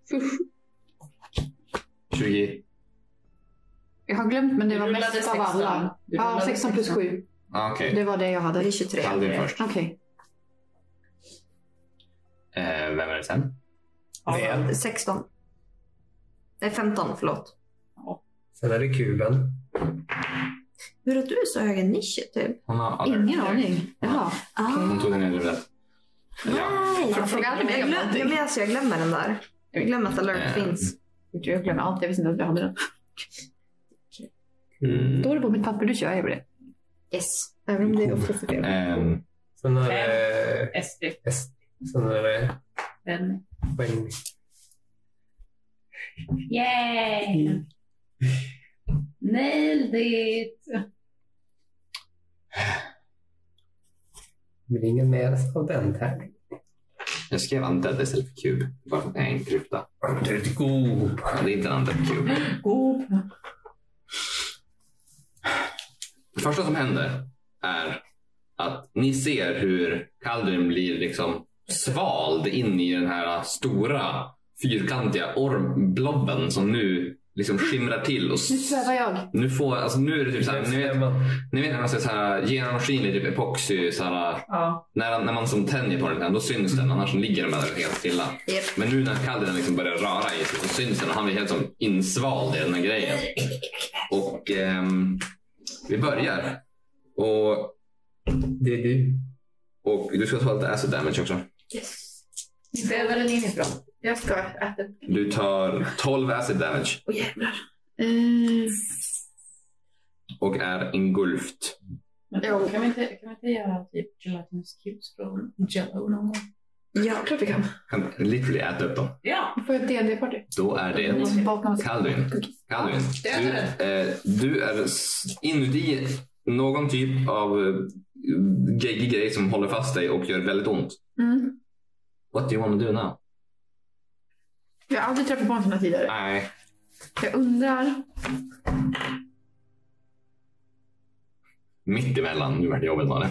[SPEAKER 3] 20.
[SPEAKER 1] Jag har glömt men det
[SPEAKER 2] Du
[SPEAKER 1] var
[SPEAKER 2] rullade
[SPEAKER 1] mest av
[SPEAKER 2] 16.
[SPEAKER 1] alla.
[SPEAKER 2] Du
[SPEAKER 1] Ja,
[SPEAKER 2] rullade
[SPEAKER 1] 16 plus
[SPEAKER 2] 16.
[SPEAKER 1] 7.
[SPEAKER 3] Ah, Okej,
[SPEAKER 1] Det var det jag hade.
[SPEAKER 5] Det är
[SPEAKER 1] Okej.
[SPEAKER 5] 23.
[SPEAKER 3] Alvin först. Eh, vem är det sen?
[SPEAKER 4] Väl.
[SPEAKER 5] 16. Nej, 15. Förlåt.
[SPEAKER 4] Sen är det kuben.
[SPEAKER 5] Hur har du så höga nischer typ?
[SPEAKER 3] Hon har aldrig-
[SPEAKER 1] Ingen aning. Jaha.
[SPEAKER 5] Ah.
[SPEAKER 3] Hon tog den i huvudet. Ja.
[SPEAKER 5] Nej, jag,
[SPEAKER 1] frågar aldrig mig om
[SPEAKER 5] glöm,
[SPEAKER 1] någonting.
[SPEAKER 5] jag, men alltså, jag glömmer Mm. den där. Jag glömmer att alert
[SPEAKER 3] Eh.
[SPEAKER 5] finns.
[SPEAKER 1] Jag glömmer allt. Jag visste inte att vi hade den.
[SPEAKER 3] Mm.
[SPEAKER 1] Står det på mitt papper, du kör jag på det.
[SPEAKER 5] Yes.
[SPEAKER 1] Även om det är oftast är fel.
[SPEAKER 3] Ehm,
[SPEAKER 4] Sen är det...
[SPEAKER 2] Esti.
[SPEAKER 4] Sen är det...
[SPEAKER 2] Benny.
[SPEAKER 4] Benny.
[SPEAKER 1] Mm.
[SPEAKER 2] Yay! Nailed it!
[SPEAKER 4] Det blir ingen mer av den här.
[SPEAKER 3] jag skrev undead istället för kub. Bara för att jag är en krypta.
[SPEAKER 4] Undead goop.
[SPEAKER 3] Ja, Det är inte en undead kub.
[SPEAKER 2] God.
[SPEAKER 3] Det första som händer är att ni ser hur Kaldun blir liksom svald in i den här stora fyrkantiga ormblobben som nu liksom skimrar till. Och
[SPEAKER 1] Nu
[SPEAKER 3] s-
[SPEAKER 1] svävar jag.
[SPEAKER 3] nu, får, alltså nu är det typ såhär, ni vet,
[SPEAKER 4] Stämman.
[SPEAKER 3] ni vet när man ser såhär genomskinlig typ epoxy, såhär,
[SPEAKER 2] Ja.
[SPEAKER 3] när, när man som tänjer på den då syns den annars ligger den där helt stilla.
[SPEAKER 5] Japp.
[SPEAKER 3] Men nu när Kaldin liksom börjar röra i sig så syns den och han blir helt som insvald i den här grejen. Och ehm, vi börjar. Och,
[SPEAKER 4] Det är du.
[SPEAKER 3] och du ska ta lite acid damage också.
[SPEAKER 5] Yes.
[SPEAKER 1] Vi svävar den inifrån.
[SPEAKER 2] Jag ska äta.
[SPEAKER 3] Du tar 12 acid damage
[SPEAKER 1] Oh,
[SPEAKER 5] Åh jävlar.
[SPEAKER 1] Eh,
[SPEAKER 3] och är engulft.
[SPEAKER 2] Men
[SPEAKER 1] Jo.
[SPEAKER 2] kan, vi inte, kan vi inte göra typ gelatinous cubes från Jello någon gång?
[SPEAKER 5] Ja, klart vi kan.
[SPEAKER 3] Kan literally äta upp dem.
[SPEAKER 2] Ja.
[SPEAKER 1] vi får ett DD-party. Mm.
[SPEAKER 3] Då är det
[SPEAKER 1] Någon som bakar oss.
[SPEAKER 3] Calvin. Calvin.
[SPEAKER 2] det är
[SPEAKER 3] Du, eh, du är s- inuti någon typ av eh, geggig grej som håller fast dig och gör väldigt ont.
[SPEAKER 1] Mm.
[SPEAKER 3] What do you want to do now?
[SPEAKER 1] Jag har aldrig träffat på en sån här tidigare.
[SPEAKER 3] Nej.
[SPEAKER 1] Jag undrar.
[SPEAKER 3] Mitt emellan. Nu vart det jobbigt Malin.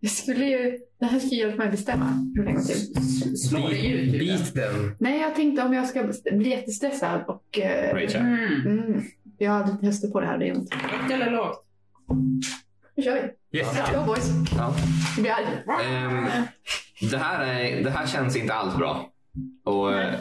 [SPEAKER 1] Jag skulle ju... Det här skulle hjälpa mig bestämma. Hur länge till.
[SPEAKER 2] Slå dig ut. ur den.
[SPEAKER 4] Bit den.
[SPEAKER 1] Nej, jag tänkte om jag ska best- bli jättestressad och... eh,
[SPEAKER 3] Rachel.
[SPEAKER 2] Mm.
[SPEAKER 1] Mm. Jag hade testat på det här, det är ont.
[SPEAKER 2] Högt eller lågt?
[SPEAKER 1] Nu kör vi.
[SPEAKER 4] Yes.
[SPEAKER 1] Let's go boys.
[SPEAKER 3] Ja.
[SPEAKER 1] Jag blir arg.
[SPEAKER 3] Ehm, det, här är, det här känns inte alls bra. Och eh,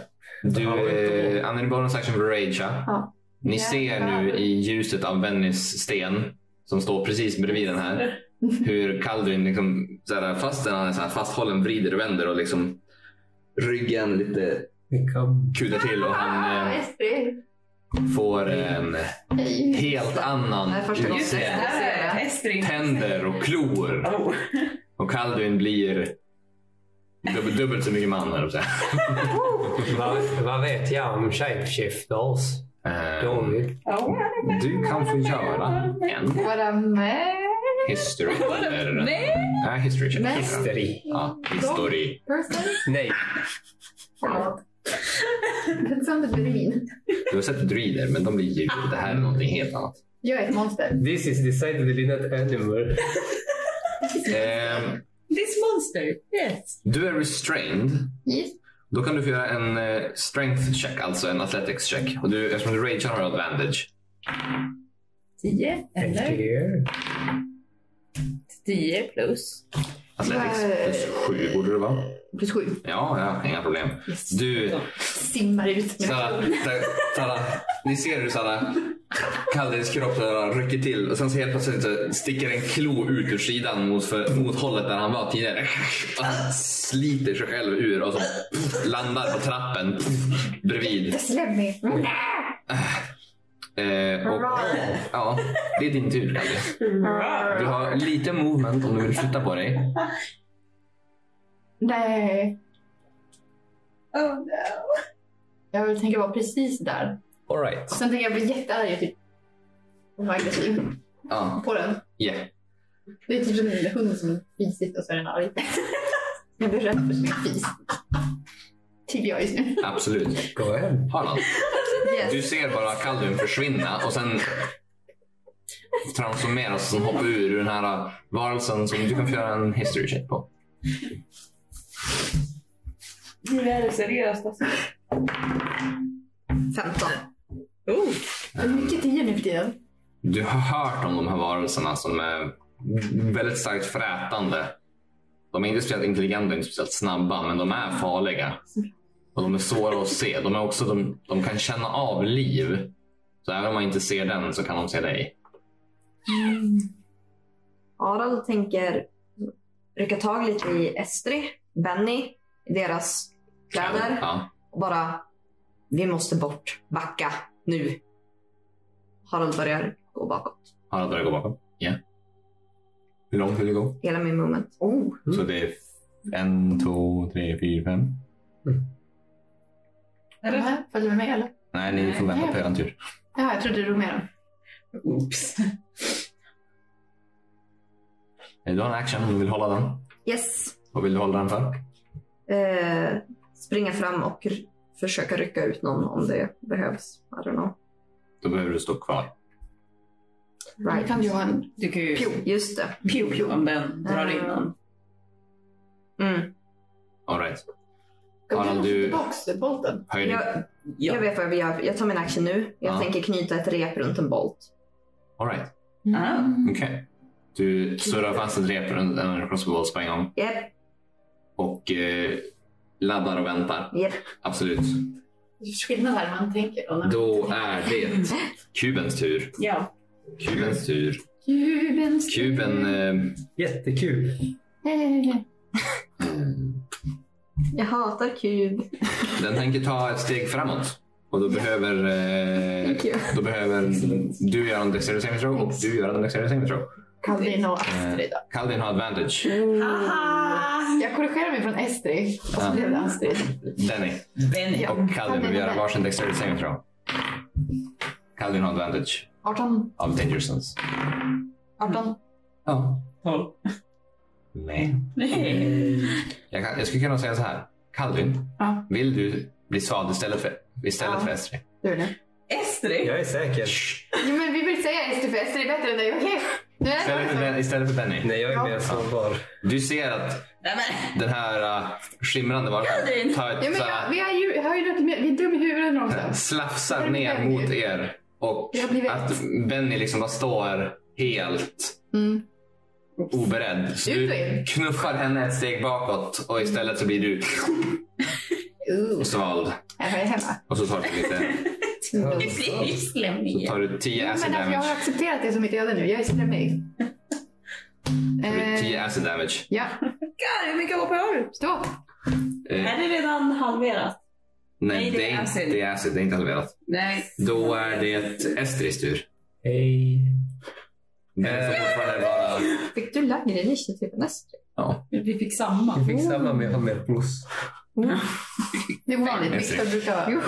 [SPEAKER 3] du
[SPEAKER 4] Ja,
[SPEAKER 3] eh, använder bonus action för att ragea.
[SPEAKER 1] Ja.
[SPEAKER 3] Ni
[SPEAKER 1] Ja.
[SPEAKER 3] ser nu i ljuset av Vennys sten som står precis bredvid den här hur Kaldrin, liksom, så här, fast den är så här fasthållen, vrider och vänder och liksom ryggen lite
[SPEAKER 4] Vi kan-
[SPEAKER 3] kudar till och han
[SPEAKER 1] Ah,
[SPEAKER 3] eh,
[SPEAKER 1] Estrid.
[SPEAKER 3] får en
[SPEAKER 1] Hej.
[SPEAKER 3] helt annan
[SPEAKER 5] Det här är första gången.
[SPEAKER 2] Det
[SPEAKER 3] utseende.
[SPEAKER 2] här är Estrid.
[SPEAKER 3] Tänder och klor.
[SPEAKER 2] Oh.
[SPEAKER 3] Och Kaldun blir dubbelt, dubbelt så mycket man. höll jag på att
[SPEAKER 4] Vad, vad vet jag om shapeshifters?
[SPEAKER 3] säga. Ehm,
[SPEAKER 4] Dåligt.
[SPEAKER 2] Oh.
[SPEAKER 3] Du kan få göra en
[SPEAKER 1] Våra med.
[SPEAKER 3] history. Eller,
[SPEAKER 2] Nej.
[SPEAKER 3] nej, history check.
[SPEAKER 1] Nej.
[SPEAKER 4] Hysteri.
[SPEAKER 3] Ja, history.
[SPEAKER 1] Person.
[SPEAKER 4] Nej.
[SPEAKER 1] Förlåt. Det sounded green.
[SPEAKER 3] Du har sett druider, men de blir djur. Det här är någonting helt annat.
[SPEAKER 1] Jag är ett monster.
[SPEAKER 4] This is decidedly not animal.
[SPEAKER 3] Ehm,
[SPEAKER 2] This monster. Yes.
[SPEAKER 3] du är restrained.
[SPEAKER 1] Yes.
[SPEAKER 3] Då kan du få göra en eh, strength check, alltså en athletics check. Och du, eftersom du ragear har du advantage.
[SPEAKER 2] Tio. Eller?
[SPEAKER 4] Eller?
[SPEAKER 2] Tio plus.
[SPEAKER 3] Athletics
[SPEAKER 1] Nej.
[SPEAKER 3] plus sju borde det vara.
[SPEAKER 1] Plus sju.
[SPEAKER 3] Ja, ja, inga problem. Du
[SPEAKER 1] Simmar ut.
[SPEAKER 3] Sara, Sara, Sara, ni ser hur Sara Kaldins kropp där rycker till och sen så helt plötsligt så sticker en klo ut ur sidan mot, för, mot hållet där han var tidigare. Och han sliter sig själv ur och så pff, landar på trappen pff, bredvid.
[SPEAKER 1] Släpp mig.
[SPEAKER 3] Eh, och, ja, det är din tur Kaldin. Du har lite movement om du vill flytta på dig.
[SPEAKER 1] Nej.
[SPEAKER 2] Oh no.
[SPEAKER 1] Jag vill tänka vara precis där.
[SPEAKER 3] All right.
[SPEAKER 1] Sen tänker jag bli jättearg och typ. Oh Och vara aggressiv
[SPEAKER 3] Ja,
[SPEAKER 1] på den.
[SPEAKER 3] yeah.
[SPEAKER 1] Det är typ som en hund som fisit och så är den arg. Jag blir rädd för sin fis. Tycker jag just nu.
[SPEAKER 3] absolut.
[SPEAKER 4] Go ahead.
[SPEAKER 3] Harald. Du
[SPEAKER 5] Yes.
[SPEAKER 3] ser bara Kaldun försvinna och sen transformeras som hoppar ur den här varelsen som du kan få göra en history check på.
[SPEAKER 2] Nu är det seriöst alltså.
[SPEAKER 5] 15.
[SPEAKER 2] Oh.
[SPEAKER 1] Det är mycket tio nu för tiden.
[SPEAKER 3] Du har hört om de här varelserna som är väldigt starkt frätande. De är inte speciellt intelligenta, inte speciellt snabba, men de är farliga. Och de är svåra att se. De, är också, de, de kan känna av liv. Så även om man inte ser den så kan de se dig.
[SPEAKER 5] Harald tänker rycka tag lite i Estri, Benny, i deras kläder
[SPEAKER 3] Ja.
[SPEAKER 5] och bara vi måste bort, backa nu. Harald börjar gå bakåt.
[SPEAKER 3] Harald börjar gå bakom. Ja. Hur långt vill du gå?
[SPEAKER 5] Hela min moment.
[SPEAKER 1] Oh.
[SPEAKER 3] Så det är en, två, tre, fyra, fem.
[SPEAKER 1] Är det här? Följer du med mig eller?
[SPEAKER 3] Nej, ni får vänta på er tur.
[SPEAKER 1] Ja, jag trodde du var med dem.
[SPEAKER 2] Oops.
[SPEAKER 3] Eh, Du har en action om du vill hålla den.
[SPEAKER 5] Yes.
[SPEAKER 3] Vad vill du hålla den för?
[SPEAKER 5] Eh, springa fram och r- försöka rycka ut någon om det behövs. I don't know.
[SPEAKER 3] Då behöver du stå kvar.
[SPEAKER 1] Nu kan
[SPEAKER 5] Right.
[SPEAKER 1] du ha en
[SPEAKER 2] Du kan ju...
[SPEAKER 1] pjo.
[SPEAKER 5] Just det.
[SPEAKER 2] Ah.
[SPEAKER 1] Pjo, pjo.
[SPEAKER 2] Om den drar in någon.
[SPEAKER 5] Eh, Mm.
[SPEAKER 3] Alright.
[SPEAKER 1] Gabriel
[SPEAKER 3] Harald,
[SPEAKER 1] har fått
[SPEAKER 3] du-
[SPEAKER 1] tillbaka bolten.
[SPEAKER 3] Höjning.
[SPEAKER 5] Jag,
[SPEAKER 2] Ja.
[SPEAKER 5] jag vet vad jag gör. Jag tar min action nu. Jag
[SPEAKER 3] Ja.
[SPEAKER 5] tänker knyta ett rep runt en bolt.
[SPEAKER 3] Alright.
[SPEAKER 2] Ah.
[SPEAKER 1] Mm.
[SPEAKER 3] Okej. Du surrar fast ett rep runt en crossbows på en gång
[SPEAKER 5] Japp,
[SPEAKER 3] och eh, laddar och väntar.
[SPEAKER 5] japp.
[SPEAKER 3] Absolut.
[SPEAKER 1] Det är skillnad här man tänker. då när man
[SPEAKER 3] Då
[SPEAKER 1] inte-
[SPEAKER 3] är det kubens tur.
[SPEAKER 2] Ja.
[SPEAKER 3] Kubens tur.
[SPEAKER 1] Kuben.
[SPEAKER 3] Kuben... Eh,
[SPEAKER 4] Jättekul.
[SPEAKER 1] Eh,
[SPEAKER 3] mm.
[SPEAKER 5] Jag hatar kub.
[SPEAKER 3] Den tänker ta ett steg framåt. Och då behöver, eh,
[SPEAKER 5] Thank you.
[SPEAKER 3] då behöver du göra en dexterity saving throw och du göra en dexterity saving throw.
[SPEAKER 1] Kalvin och Astrid. då.
[SPEAKER 3] Kaldin har advantage.
[SPEAKER 2] Mm.
[SPEAKER 1] Eh.
[SPEAKER 2] Haha!
[SPEAKER 1] Jag korrigerar mig från Estrid och så
[SPEAKER 3] Ja.
[SPEAKER 1] blev det Astrid.
[SPEAKER 3] Benny
[SPEAKER 2] Benny.
[SPEAKER 1] Ja.
[SPEAKER 3] och Kaldin vill
[SPEAKER 1] Kaldin
[SPEAKER 3] göra
[SPEAKER 1] är
[SPEAKER 3] varsin dexterity saving throw. Kaldin har advantage
[SPEAKER 1] 18.
[SPEAKER 3] av danger sense.
[SPEAKER 1] 18.
[SPEAKER 3] Ja.
[SPEAKER 2] Tolv. Eh.
[SPEAKER 3] Nej.
[SPEAKER 2] Nej.
[SPEAKER 3] Jag, kan, jag skulle kunna säga så här. Kaldin,
[SPEAKER 2] Ja.
[SPEAKER 3] vill du bli svag istället för, istället
[SPEAKER 1] Ja.
[SPEAKER 3] för Estrid?
[SPEAKER 1] Du är det.
[SPEAKER 2] Estrid.
[SPEAKER 4] Jag är säker.
[SPEAKER 1] Jo, men vi vill säga Estrid för Estrid är bättre än dig. Okej. Nu är
[SPEAKER 3] Istället
[SPEAKER 1] det
[SPEAKER 3] för,
[SPEAKER 1] så.
[SPEAKER 3] Ben- istället för Benny.
[SPEAKER 4] Nej, jag är
[SPEAKER 1] Ja.
[SPEAKER 4] mer sårbar.
[SPEAKER 3] Du ser att
[SPEAKER 2] Nej, men.
[SPEAKER 3] den här uh, skimrande varelsen
[SPEAKER 2] Kaldin!
[SPEAKER 3] tar ett
[SPEAKER 1] Ja, men
[SPEAKER 3] så
[SPEAKER 1] jag,
[SPEAKER 3] här-
[SPEAKER 1] vi, är ju, har ju, vi är dum i huvudet någonstans.
[SPEAKER 3] slafsar ner mot er och
[SPEAKER 1] Jag blir väckt.
[SPEAKER 3] att Benny liksom bara står helt
[SPEAKER 1] Mm.
[SPEAKER 3] oberedd. Så
[SPEAKER 1] Ut och
[SPEAKER 3] du
[SPEAKER 1] in.
[SPEAKER 3] knuffar henne ett steg bakåt och istället så blir du svald.
[SPEAKER 1] Jag är hemma.
[SPEAKER 3] Och så tar du lite,
[SPEAKER 4] Ja.
[SPEAKER 2] Det blir ju
[SPEAKER 3] så
[SPEAKER 2] slemmiga.
[SPEAKER 3] tar du 10
[SPEAKER 1] Ja,
[SPEAKER 3] acid
[SPEAKER 1] men alltså, jag har
[SPEAKER 3] damage.
[SPEAKER 1] accepterat det som mitt öde nu. Jag är slemmig.
[SPEAKER 3] Det blir
[SPEAKER 1] Eh,
[SPEAKER 3] 10 acid damage.
[SPEAKER 1] ja,
[SPEAKER 2] Hur mycket HP har du?
[SPEAKER 1] stå.
[SPEAKER 3] Eh,
[SPEAKER 2] Är det redan halverat?
[SPEAKER 3] nej, det är inte det är acid. Det är inte halverat.
[SPEAKER 2] Nej.
[SPEAKER 3] Då är det Estris tur.
[SPEAKER 4] Hej.
[SPEAKER 3] Den
[SPEAKER 1] Eh.
[SPEAKER 3] får fortfarande vara...
[SPEAKER 5] Fick du lägre initiativ än Estrid?
[SPEAKER 2] Vi fick samma.
[SPEAKER 4] Jag fick samma men jag har mer plus.
[SPEAKER 1] Det är ovanligt.
[SPEAKER 3] Fem,
[SPEAKER 1] Viktor brukar vara...
[SPEAKER 5] Jo.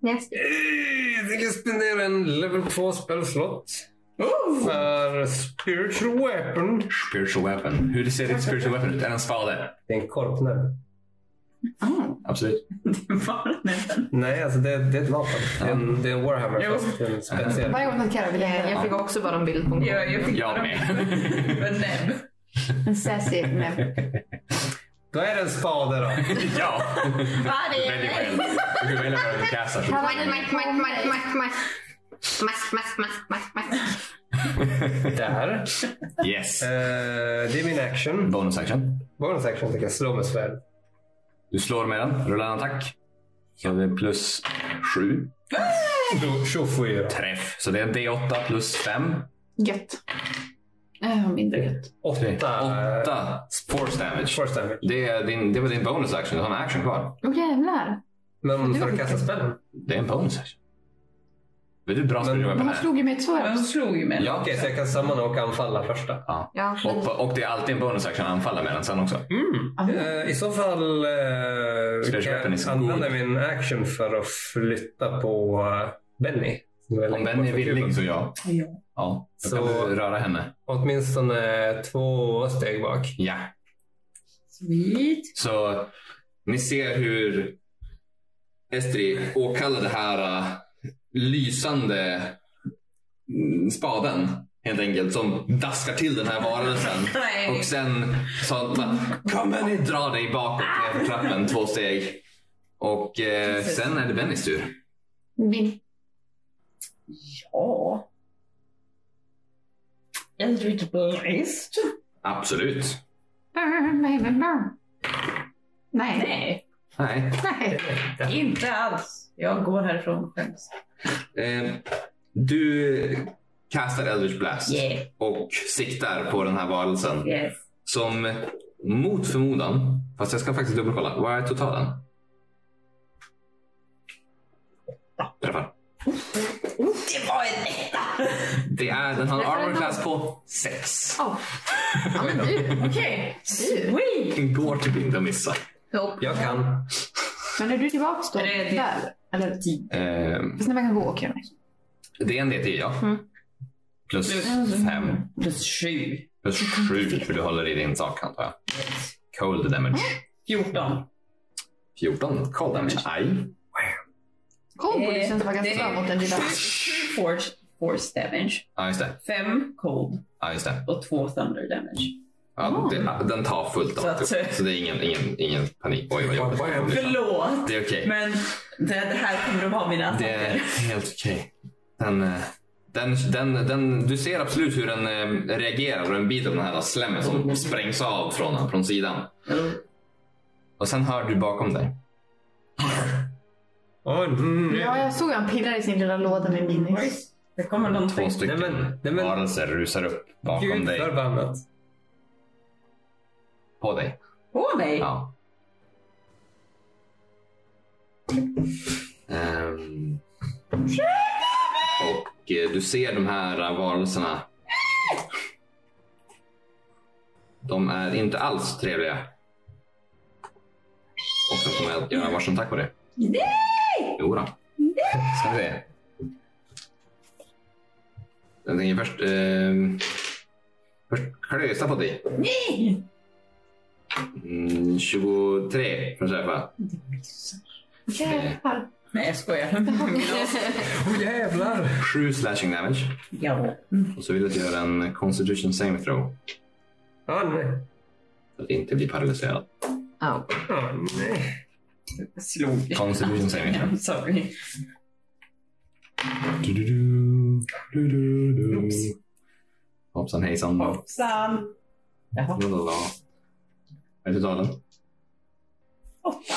[SPEAKER 5] Nej, Estrid.
[SPEAKER 4] Jag tänker spendera en level 2 spellslott för spiritual weapon.
[SPEAKER 3] Spiritual weapon. Hur ser ditt spiritual weapon ut? Är det en spade?
[SPEAKER 4] Det är en korpnäbb.
[SPEAKER 2] Oh,
[SPEAKER 3] Absolut.
[SPEAKER 2] det var nästan.
[SPEAKER 4] Nej, alltså det, det är ett vapen. Det är en, det är en Warhammer
[SPEAKER 2] Jo.
[SPEAKER 4] fast en speciell.
[SPEAKER 1] Varje gång någon kallar vill jag
[SPEAKER 5] Nej,
[SPEAKER 1] hänga
[SPEAKER 5] Jag fick också bara en bild på en
[SPEAKER 2] Jag, jag fick
[SPEAKER 3] Jag med.
[SPEAKER 2] Men nej.
[SPEAKER 1] en sassy med...
[SPEAKER 4] Då är det en spade då.
[SPEAKER 3] Ja!
[SPEAKER 2] Vad
[SPEAKER 3] Du
[SPEAKER 2] är
[SPEAKER 3] väljer
[SPEAKER 2] det?
[SPEAKER 3] själv. Du väljer vad du kastar. så-
[SPEAKER 1] Kan
[SPEAKER 5] Mask, mask, mask, mask, mask. Mask, mask, mask, mask, mask.
[SPEAKER 4] Där.
[SPEAKER 3] Yes.
[SPEAKER 4] Eh, det är min action.
[SPEAKER 3] Bonus action.
[SPEAKER 4] Bonus action tänker jag slå med svärd.
[SPEAKER 3] Du slår med den. Rulla en attack. Så det är plus 7.
[SPEAKER 4] Tjo- Tjofyra.
[SPEAKER 3] Träff. Så det är D8 plus 5.
[SPEAKER 1] Gött. Äh, mindre gött.
[SPEAKER 4] Åtta. Eh,
[SPEAKER 3] 8 force damage.
[SPEAKER 4] First damage.
[SPEAKER 3] Det, är din, det var din bonus action. Du har en action kvar.
[SPEAKER 1] Åh jävlar.
[SPEAKER 4] Men
[SPEAKER 1] Det
[SPEAKER 4] för
[SPEAKER 1] var
[SPEAKER 4] att kasta
[SPEAKER 1] mycket.
[SPEAKER 4] spellen?
[SPEAKER 3] Det är en bonus action. Vet du hur bra
[SPEAKER 4] Men-
[SPEAKER 3] spel du är på det
[SPEAKER 1] De
[SPEAKER 3] här?
[SPEAKER 1] slog ju mig ett svärd.
[SPEAKER 2] De slog ju mig.
[SPEAKER 3] Ja,
[SPEAKER 4] Okej,
[SPEAKER 3] okej.
[SPEAKER 4] så jag kan samman och anfalla första.
[SPEAKER 3] Ja.
[SPEAKER 5] Ja, men-
[SPEAKER 3] Och, och det är alltid en bonus action att anfalla med den sen också.
[SPEAKER 1] Ah.
[SPEAKER 4] Eh, I så fall eh,
[SPEAKER 3] Special
[SPEAKER 4] kan
[SPEAKER 3] weapon is
[SPEAKER 4] jag använda
[SPEAKER 3] good.
[SPEAKER 4] min action för att flytta på eh, Benny. Som jag
[SPEAKER 3] Om
[SPEAKER 4] lägger
[SPEAKER 3] den är
[SPEAKER 4] på
[SPEAKER 3] villig
[SPEAKER 4] kuben.
[SPEAKER 3] så ja.
[SPEAKER 2] Ja.
[SPEAKER 3] Ja, då kan
[SPEAKER 4] Så-
[SPEAKER 3] du röra henne.
[SPEAKER 4] Åtminstone två steg bak.
[SPEAKER 3] Ja.
[SPEAKER 2] Sweet.
[SPEAKER 3] Så ni ser hur Estri åkallar det här äh, lysande mm, spaden helt enkelt som daskar till den här varelsen.
[SPEAKER 2] Nej.
[SPEAKER 3] Och sen så bara, kom Benny, dra dig bakåt ner för trappen två steg. Och eh,
[SPEAKER 2] Precis.
[SPEAKER 3] sen är det Bennys tur.
[SPEAKER 1] Min.
[SPEAKER 2] Ja. En rytbult häst.
[SPEAKER 3] Absolut.
[SPEAKER 1] Burn, baby, burn. Nej.
[SPEAKER 2] Nej,
[SPEAKER 3] Nej.
[SPEAKER 1] Nej.
[SPEAKER 2] inte alls. Jag går härifrån skäms.
[SPEAKER 3] Eh, du kastar Eldritch Blast
[SPEAKER 2] Yeah.
[SPEAKER 3] och siktar på den här varelsen.
[SPEAKER 2] Yes.
[SPEAKER 3] Som mot förmodan, fast jag ska faktiskt dubbelkolla. Vad är totalen? Träffar.
[SPEAKER 2] Det var en etta.
[SPEAKER 3] Det är, den har en
[SPEAKER 1] Träffar
[SPEAKER 3] armor
[SPEAKER 1] ändå.
[SPEAKER 3] class på 6.
[SPEAKER 1] Åh. Ja, men du. Okej. Du.
[SPEAKER 2] Sweet.
[SPEAKER 3] Går typ inte att missa.
[SPEAKER 2] Nope.
[SPEAKER 4] Jag kan.
[SPEAKER 1] Men är du tillbaka då?
[SPEAKER 2] Är det det?
[SPEAKER 1] Där? Eller?
[SPEAKER 3] Eh,
[SPEAKER 1] Fast när man kan gå och kunna.
[SPEAKER 3] det är en D10 ja.
[SPEAKER 1] Mm.
[SPEAKER 3] Plus
[SPEAKER 2] Plus.
[SPEAKER 3] 5.
[SPEAKER 2] Plus sju.
[SPEAKER 3] Plus 7 för du håller i din sak antar jag. Cold damage.
[SPEAKER 2] Mm. 14.
[SPEAKER 3] 14 cold damage.
[SPEAKER 2] Mm.
[SPEAKER 3] Aj.
[SPEAKER 1] Kom på Oh, det känns bara
[SPEAKER 2] Eh,
[SPEAKER 1] ganska bra mot den lilla.
[SPEAKER 2] 7 force, force damage,
[SPEAKER 3] Ja just det.
[SPEAKER 2] 5 cold
[SPEAKER 3] Ja just det.
[SPEAKER 2] och 2 thunder damage.
[SPEAKER 3] Ja, det, den tar fullt
[SPEAKER 2] Så
[SPEAKER 3] av.
[SPEAKER 2] att-
[SPEAKER 3] Så det är ingen, ingen, ingen panik. Oj, vad jobbigt.
[SPEAKER 4] Vad är det?
[SPEAKER 2] Förlåt,
[SPEAKER 3] Det är okej.
[SPEAKER 2] men det, det här kommer att vara mina
[SPEAKER 3] Det är
[SPEAKER 2] attacker.
[SPEAKER 3] helt okej. Den, eh, den, den, den, du ser absolut hur den eh, reagerar och den biter på den här slemmen
[SPEAKER 4] Mm.
[SPEAKER 3] som sprängs av från den från sidan. Och sen hör du bakom dig.
[SPEAKER 4] Ja, mm,
[SPEAKER 1] Ja, jag såg han pillar i sin lilla låda med minis.
[SPEAKER 2] Det kommer
[SPEAKER 3] Två
[SPEAKER 2] någonting.
[SPEAKER 3] stycken
[SPEAKER 4] Nej, men- nej, men-
[SPEAKER 3] varelser rusar upp bakom
[SPEAKER 4] Gud
[SPEAKER 3] dig.
[SPEAKER 4] förbannat.
[SPEAKER 3] På dig.
[SPEAKER 2] På mig?
[SPEAKER 3] Ja. Ehm, och eh, du ser de här eh, varelserna. De är inte alls trevliga. Och de kommer att göra varsin tack på det.
[SPEAKER 2] Nej!
[SPEAKER 3] Jodå. Ska vi se. Jag tänker först... ehm, först klösa på dig.
[SPEAKER 2] Nej!
[SPEAKER 3] Mm, 23 för att träffa. Eh,
[SPEAKER 1] Jävlar.
[SPEAKER 2] Nej, jag skojar.
[SPEAKER 4] Åh jävlar!
[SPEAKER 3] 7 slashing damage.
[SPEAKER 2] ja.
[SPEAKER 3] Och så vill jag att du gör en constitution saving throw.
[SPEAKER 4] Ja, nej.
[SPEAKER 3] För att inte bli paralyserad.
[SPEAKER 5] Au.
[SPEAKER 4] Ja, nej.
[SPEAKER 2] Jag slog.
[SPEAKER 3] Constitution saving throw.
[SPEAKER 2] I'm sorry.
[SPEAKER 3] Du-du-du, du-du-du.
[SPEAKER 2] Oops.
[SPEAKER 3] Hoppsan hejsan.
[SPEAKER 2] Hoppsan! Jaha.
[SPEAKER 3] Lalalala. Vad är totalen?
[SPEAKER 2] Åtta.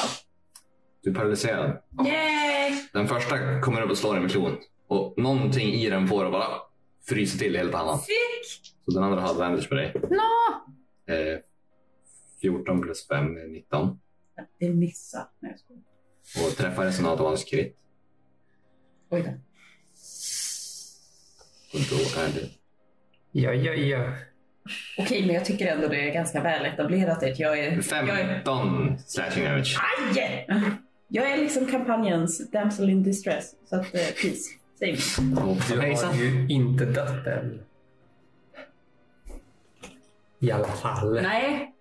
[SPEAKER 3] Du är paralyserad.
[SPEAKER 2] Yay!
[SPEAKER 3] Den första kommer upp och slår dig med klon. Och någonting i den får att bara frysa till i hela pannan.
[SPEAKER 2] Fick!
[SPEAKER 3] Så den andra har advantage på dig.
[SPEAKER 1] Nå!
[SPEAKER 3] Eh, 14 plus 5 är 19.
[SPEAKER 2] Det missade. Nej, jag skojar.
[SPEAKER 3] Och träffar resonat av hans krit.
[SPEAKER 2] Oj då.
[SPEAKER 3] Och då är det...
[SPEAKER 4] Ja, ja, ja.
[SPEAKER 2] Okej, men jag tycker ändå det är ganska väl etablerat. att Jag är... Jag är
[SPEAKER 3] 15 slashing damage.
[SPEAKER 2] aj! Jag är liksom kampanjens damsel in distress. Så att, eh, peace. Save.
[SPEAKER 3] Hoppsan
[SPEAKER 4] Du
[SPEAKER 3] hejsan.
[SPEAKER 4] har ju inte dött än. I alla fall.
[SPEAKER 2] Nej.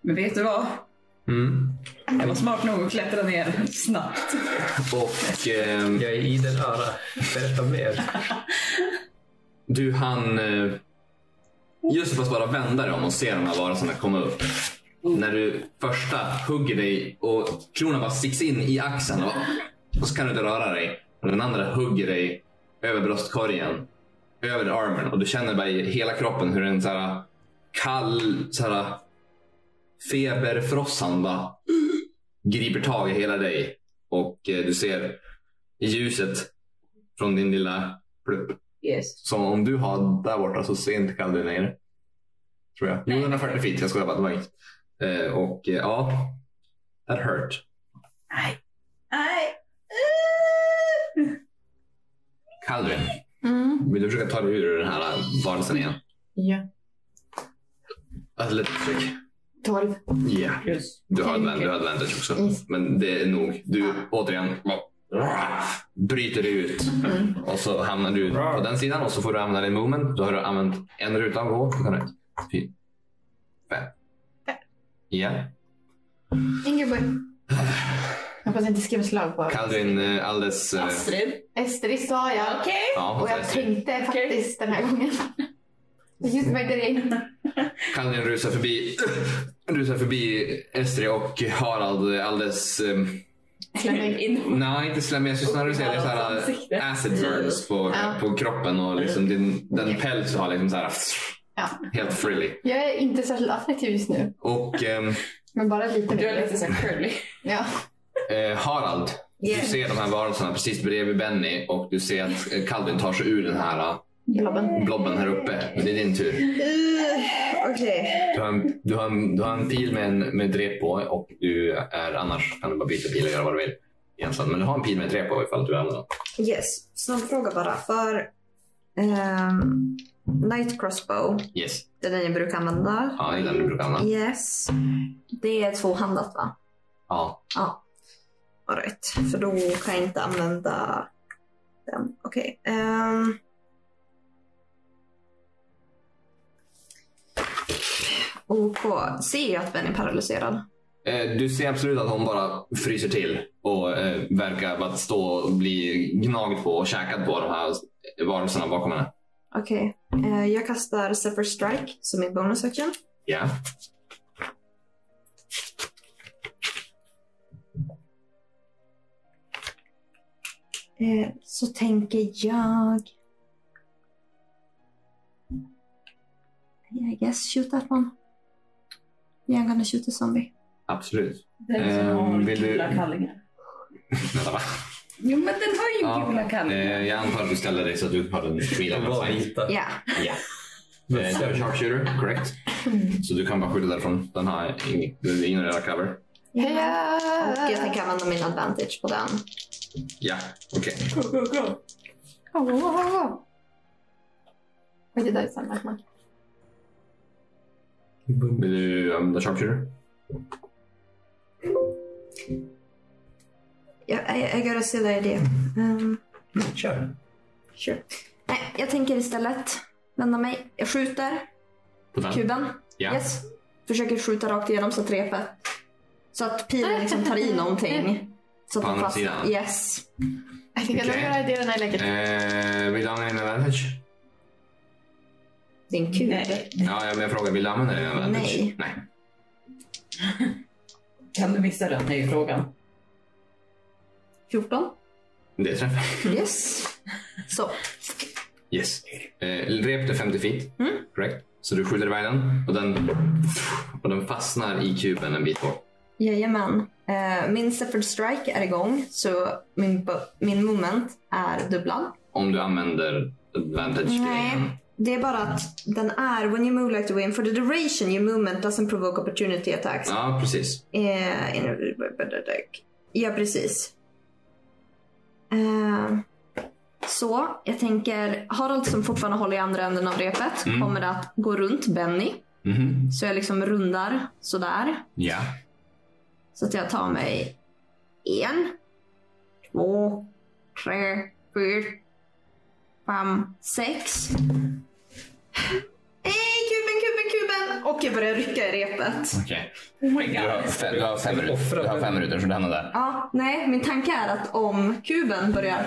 [SPEAKER 2] Men vet du vad?
[SPEAKER 4] Mm.
[SPEAKER 2] Jag var smart nog att klättra ner snabbt.
[SPEAKER 3] Och ehm,
[SPEAKER 4] Jag är idel öra. Berätta mer.
[SPEAKER 3] du han eh, just fast bara vända dig om och se de här varelserna komma upp. När du första hugger dig och klorna bara sticks in i axeln och, och så kan du inte röra dig. Och den andra hugger dig över bröstkorgen, över armen och du känner bara i hela kroppen hur en så här kall så här feberfrossan bara griper tag i hela dig och eh, du ser ljuset från din lilla plupp
[SPEAKER 2] Yes.
[SPEAKER 3] som om du har där borta så ser inte Kaldur längre. Tror jag. Jo, den har 40 feet. Jag skojar bara. Det var inget. Eh, och eh, ja, that hurt.
[SPEAKER 2] Nej. Nej.
[SPEAKER 3] Kaldur,
[SPEAKER 1] Mm.
[SPEAKER 3] vill du försöka ta dig ur den här varelsen igen?
[SPEAKER 1] Ja.
[SPEAKER 3] Athletics check.
[SPEAKER 1] 12.
[SPEAKER 3] Ja.
[SPEAKER 2] Plus.
[SPEAKER 3] Du har
[SPEAKER 1] Okej,
[SPEAKER 3] advan-
[SPEAKER 1] okej. Mm.
[SPEAKER 3] du har advantage också.
[SPEAKER 1] Yes.
[SPEAKER 3] Men det är nog. Du återigen bara, bryter dig ut
[SPEAKER 1] Mm.
[SPEAKER 3] och så hamnar du på den sidan och så får du använda din moment. Då har du använt en ruta av gå. Fy- Fem. Ja.
[SPEAKER 1] Ingeborg. Jag hoppas jag inte skriver slag på
[SPEAKER 3] Kalduin eh, alldeles... eh,
[SPEAKER 2] Astrid.
[SPEAKER 1] Estrid sa jag.
[SPEAKER 2] Okej.
[SPEAKER 3] Ja,
[SPEAKER 1] Och jag tänkte faktiskt den här gången. Just my day.
[SPEAKER 3] Kalduin rusar förbi, rusar förbi Estri och Harald eh, alldeles... Um,
[SPEAKER 1] Släng
[SPEAKER 2] In.
[SPEAKER 3] nej, inte slemmig. Jag snarare ser det så här
[SPEAKER 2] Ansikte.
[SPEAKER 3] eh, acid burns på,
[SPEAKER 1] Ja.
[SPEAKER 3] på kroppen och liksom din, den päls du har liksom så här,
[SPEAKER 1] Ja.
[SPEAKER 3] helt frilly.
[SPEAKER 1] Jag är inte särskilt attraktiv just nu.
[SPEAKER 3] Och ehm,
[SPEAKER 1] Men bara lite
[SPEAKER 2] Du är
[SPEAKER 1] mer.
[SPEAKER 2] lite så här curly.
[SPEAKER 1] Ja.
[SPEAKER 3] eh, Harald,
[SPEAKER 5] Yeah.
[SPEAKER 3] du ser de här varelserna precis bredvid Benny och du ser att eh, Kalduin tar sig ur den här eh,
[SPEAKER 1] Blobben.
[SPEAKER 3] blobben här uppe. Men det är din tur.
[SPEAKER 5] Eh, Okej.
[SPEAKER 3] Du har, en, du, har en, du har en pil med, en, med ett rep på och du är annars kan du bara byta pil och göra vad du vill. Egentligen. Men du har en pil med ett rep på ifall du vill använda den.
[SPEAKER 5] Yes. Snabb fråga bara. För ehm, Night Crossbow,
[SPEAKER 3] Yes.
[SPEAKER 5] det är den jag brukar använda.
[SPEAKER 3] Ja, det är den du brukar använda.
[SPEAKER 5] Yes. Det är tvåhandat va?
[SPEAKER 3] Ja.
[SPEAKER 5] Ja. All right. För då kan jag inte använda den. Okej. ehm. OK. Ser jag att Ben är paralyserad?
[SPEAKER 3] Eh, Du ser absolut att hon bara fryser till och eh, verkar bara stå och bli gnagd på och käkad på de här varelserna bakom henne.
[SPEAKER 5] Okej. Eh, jag kastar Sever Strike som min bonus action.
[SPEAKER 3] Ja.
[SPEAKER 5] Eh, så tänker jag... I guess shoot that one. Yeah, I'm gonna shoot a zombie.
[SPEAKER 3] Absolut.
[SPEAKER 2] Den som
[SPEAKER 3] Ehm,
[SPEAKER 2] har
[SPEAKER 3] vill du-
[SPEAKER 2] Mm, gula kallingar.
[SPEAKER 3] Vänta, va?
[SPEAKER 2] Jo, men den har ju
[SPEAKER 3] Ja,
[SPEAKER 2] gula kallingar.
[SPEAKER 3] eh, jag antar att du ställer dig så att du har den vilande
[SPEAKER 4] Bara
[SPEAKER 3] sight.
[SPEAKER 4] vita.
[SPEAKER 5] Yeah.
[SPEAKER 3] Ja. Eh, Du har sharpshooter, correct. Så du kan bara skjuta därifrån. Den har ing- den ignorerar cover.
[SPEAKER 1] Heja!
[SPEAKER 5] Och jag tänker använda min advantage på den.
[SPEAKER 3] Ja, okej.
[SPEAKER 2] Go, go, go.
[SPEAKER 1] Oh, wow, wow, wow. Wait, did I sound like one?
[SPEAKER 3] Vill du använda sharpshooter?
[SPEAKER 5] Jag, I, I got a silly idea. Um,
[SPEAKER 4] Kör.
[SPEAKER 5] sure. Nej, jag tänker istället vända mig. Jag skjuter
[SPEAKER 3] På den?
[SPEAKER 5] kuben.
[SPEAKER 3] Ja.
[SPEAKER 5] Yes. Försöker skjuta rakt igenom så att repet. Så att pilen liksom tar i någonting. Så att
[SPEAKER 3] På
[SPEAKER 5] den
[SPEAKER 3] andra
[SPEAKER 5] fastnar.
[SPEAKER 3] sidan?
[SPEAKER 5] Yes.
[SPEAKER 1] I think I know
[SPEAKER 3] Okay.
[SPEAKER 1] your idea and I like it.
[SPEAKER 3] Eh, vill du använda din advantage?
[SPEAKER 5] Din kub.
[SPEAKER 2] Nej.
[SPEAKER 3] Ja, jag- jag frågar. Vill du använda din advantage?
[SPEAKER 5] Nej.
[SPEAKER 3] Nej.
[SPEAKER 2] Kan du missa den? Det är ju frågan.
[SPEAKER 5] 14.
[SPEAKER 3] Det träffar.
[SPEAKER 5] Yes. Så.
[SPEAKER 3] Yes. Eh, repet är 50 feet.
[SPEAKER 5] Mm.
[SPEAKER 3] Correct. Så du skjuter iväg den och den, och den fastnar i kuben en bit bort.
[SPEAKER 5] Jajamän. Eh, Min Separate Strike är igång så min, bo- min moment är dubblad.
[SPEAKER 3] Om du använder advantage
[SPEAKER 5] Nej.
[SPEAKER 3] grejen.
[SPEAKER 5] Det är bara att den är when you move like the wind for the duration your movement doesn't provoke opportunity attacks.
[SPEAKER 3] Ja, precis.
[SPEAKER 5] Eh, in- Ja, precis. Eh, Så jag tänker Harald som fortfarande håller i andra änden av repet
[SPEAKER 3] Mm.
[SPEAKER 5] kommer att gå runt Benny.
[SPEAKER 3] Mhm.
[SPEAKER 5] Så jag liksom rundar sådär.
[SPEAKER 3] Ja.
[SPEAKER 5] Så att jag tar mig en, två, tre, fyra, fem, sex. Hej, kuben, kuben, kuben! Och jag börjar rycka i repet.
[SPEAKER 3] Okej.
[SPEAKER 2] Oh my
[SPEAKER 3] Du, har
[SPEAKER 2] god.
[SPEAKER 3] fe- du har fem minuter.
[SPEAKER 4] Offra
[SPEAKER 3] Du har fem minuter så du hamnar där.
[SPEAKER 5] Ja, nej, min tanke är att om kuben börjar,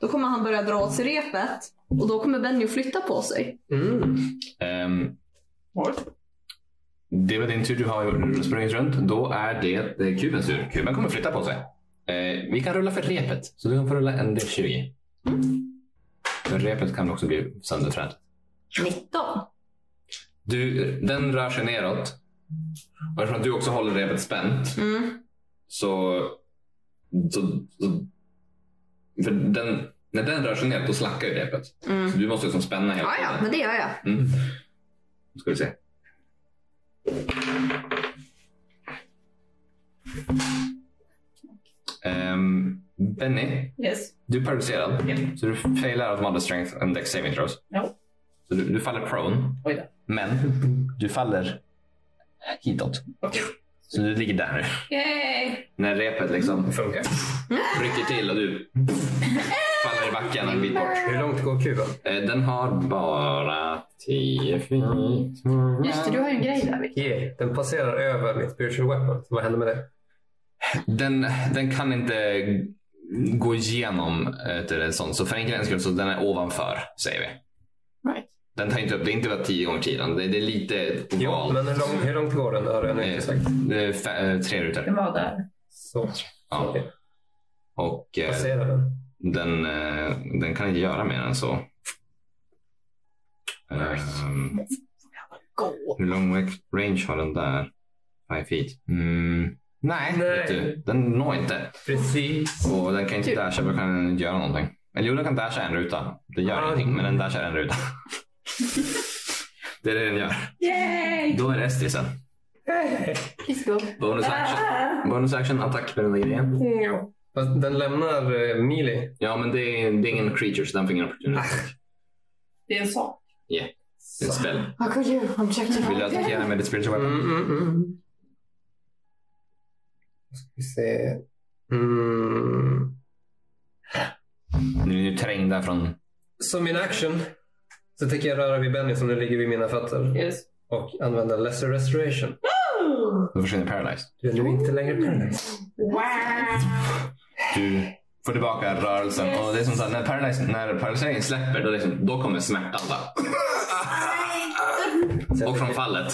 [SPEAKER 5] då kommer han börja dra åt sig repet och då kommer Benny att flytta på sig.
[SPEAKER 4] Mm.
[SPEAKER 3] Ehm,
[SPEAKER 2] What?
[SPEAKER 3] det var din tur. Du har sprungit runt. Då är det eh, kubens tur. Kuben kommer flytta på sig. Eh, vi kan rulla för repet. Så du kan få rulla en D20.
[SPEAKER 2] Mm.
[SPEAKER 3] För repet kan också bli sönderfränt.
[SPEAKER 5] 19.
[SPEAKER 3] Du, den rör sig neråt. Och eftersom att du också håller repet spänt
[SPEAKER 5] Mm.
[SPEAKER 3] så... så, så för den, när den rör sig ner då slackar ju repet.
[SPEAKER 5] Mm.
[SPEAKER 3] Så du måste liksom spänna hela
[SPEAKER 5] Ja, ja, men det gör jag.
[SPEAKER 3] Mm. Nu ska vi se. Ehm, Benny,
[SPEAKER 2] Yes.
[SPEAKER 3] du är paralyserad.
[SPEAKER 2] Ja.
[SPEAKER 3] Så du failar att mother strength and dex saving throws.
[SPEAKER 2] Ja.
[SPEAKER 3] Så du, du faller prone.
[SPEAKER 2] Oj då.
[SPEAKER 3] Men du faller hitåt.
[SPEAKER 2] Okej.
[SPEAKER 3] Så du ligger där nu.
[SPEAKER 2] Yay!
[SPEAKER 3] När repet liksom
[SPEAKER 4] Funkar.
[SPEAKER 3] rycker till och du faller i backen en bit bort.
[SPEAKER 4] Hur långt går kuben?
[SPEAKER 3] Eh, Den har bara 10 feet.
[SPEAKER 1] Just det, du har ju en grej där. Vic.
[SPEAKER 4] Yeah. Den passerar över mitt spiritual weapon. Vad händer med det?
[SPEAKER 3] Den, den kan inte gå igenom eh, till det sånt. Så för enkelhetens skull, så den är ovanför säger vi.
[SPEAKER 1] Right.
[SPEAKER 3] Den tar inte upp, det är inte bara 10 gånger tiden. Det, det är lite
[SPEAKER 4] Jo,
[SPEAKER 3] ovalt.
[SPEAKER 4] men hur långt, hur långt går den? Det har jag inte sagt.
[SPEAKER 3] Det är fe- eh, tre
[SPEAKER 2] Den
[SPEAKER 3] rutor.
[SPEAKER 2] var där.
[SPEAKER 4] Så.
[SPEAKER 3] Ja.
[SPEAKER 4] Okej.
[SPEAKER 3] Och eh,
[SPEAKER 4] Passerar den.
[SPEAKER 3] den, eh, den kan inte göra mer än så. Ehm,
[SPEAKER 2] Gå!
[SPEAKER 3] Hur lång ra- range har den där? 5 feet? Mm. Nej,
[SPEAKER 4] Nej.
[SPEAKER 3] Vet du, den når inte.
[SPEAKER 4] Precis.
[SPEAKER 3] Och den kan inte dasha, då kan den inte göra någonting. Eller jo, den kan dasha en ruta. Det gör
[SPEAKER 4] Ah.
[SPEAKER 3] ingenting, men den dashar en ruta. det är det den gör.
[SPEAKER 2] Yay!
[SPEAKER 3] Då är det Estrid sen.
[SPEAKER 1] Please go.
[SPEAKER 3] Bonus action.
[SPEAKER 2] Ah!
[SPEAKER 3] Bonus action, attack med den där grejen.
[SPEAKER 4] Fast Den lämnar uh, Mili.
[SPEAKER 3] Ja, men det är, det är ingen creature, så den får ingen opportunity.
[SPEAKER 2] Det är en sak.
[SPEAKER 3] Det är ett spel.
[SPEAKER 1] How could you? I'm checking
[SPEAKER 3] Vill du attackera med ditt spiritual weapon?
[SPEAKER 4] Mm, mm, mm. Då ska vi se. Mm.
[SPEAKER 3] Nu är ni trängda från...
[SPEAKER 4] Som min action så tänker jag röra vid Benny som nu ligger vid mina fötter
[SPEAKER 2] Yes.
[SPEAKER 4] och använda lesser restoration.
[SPEAKER 2] Oh!
[SPEAKER 3] Då försvinner Paradise.
[SPEAKER 4] Du är nu inte längre paralyzed.
[SPEAKER 2] Wow!
[SPEAKER 3] Du får tillbaka rörelsen. Och det är som så här, när, paralyse, när paralyseringen släpper då, liksom, då kommer smärtan. Bara. Och från fallet.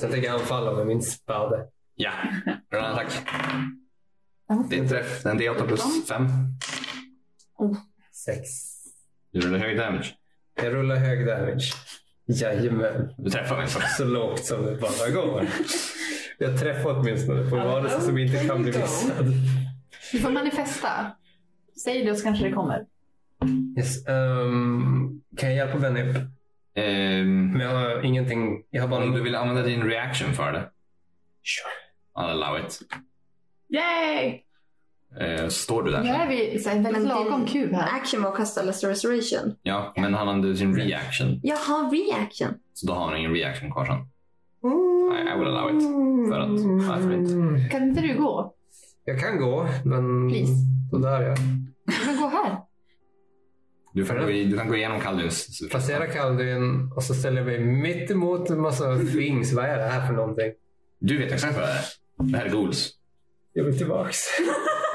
[SPEAKER 4] Sen tänker jag anfalla med min spade.
[SPEAKER 3] Ja. En annan attack. Det är en träff. En D8 plus 5.
[SPEAKER 4] Sex.
[SPEAKER 3] Du rullar hög damage.
[SPEAKER 4] Jag rullar hög damage. Jajamän.
[SPEAKER 3] Du träffar mig.
[SPEAKER 4] Så lågt som det bara går. Jag träffar åtminstone på en varelse som inte kan bli missad.
[SPEAKER 1] Du får manifesta.
[SPEAKER 2] Säg det så kanske det kommer.
[SPEAKER 4] Yes, ehm, kan jag hjälpa Benny upp?
[SPEAKER 3] Ehm,
[SPEAKER 4] Men jag har ingenting. Jag har bara...
[SPEAKER 3] om du vill använda din reaction för det.
[SPEAKER 4] Sure.
[SPEAKER 3] I'll allow it.
[SPEAKER 2] Yay!
[SPEAKER 3] Eh, står du där?
[SPEAKER 1] Nu är
[SPEAKER 3] sen?
[SPEAKER 1] vi så här, väldigt
[SPEAKER 5] Men
[SPEAKER 1] lagom
[SPEAKER 5] din
[SPEAKER 1] kub här.
[SPEAKER 5] action var att kasta Last Restoration.
[SPEAKER 3] Ja, men han använder sin reaction.
[SPEAKER 5] Jaha, reaction.
[SPEAKER 3] Så då har han ingen reaction kvar sen. I, I will allow it. För att, varför inte?
[SPEAKER 1] Kan inte du gå?
[SPEAKER 4] Jag kan gå, men...
[SPEAKER 1] Please.
[SPEAKER 4] Så där ja.
[SPEAKER 1] Men gå här.
[SPEAKER 3] Du, får gå, i- du kan gå igenom Kalduns.
[SPEAKER 4] Placera Kaldun och så ställer jag mig mitt emot en massa things. Vad är det här för någonting?
[SPEAKER 3] Du vet exakt vad det är. Det här är Ghouls.
[SPEAKER 4] Jag vill tillbaks.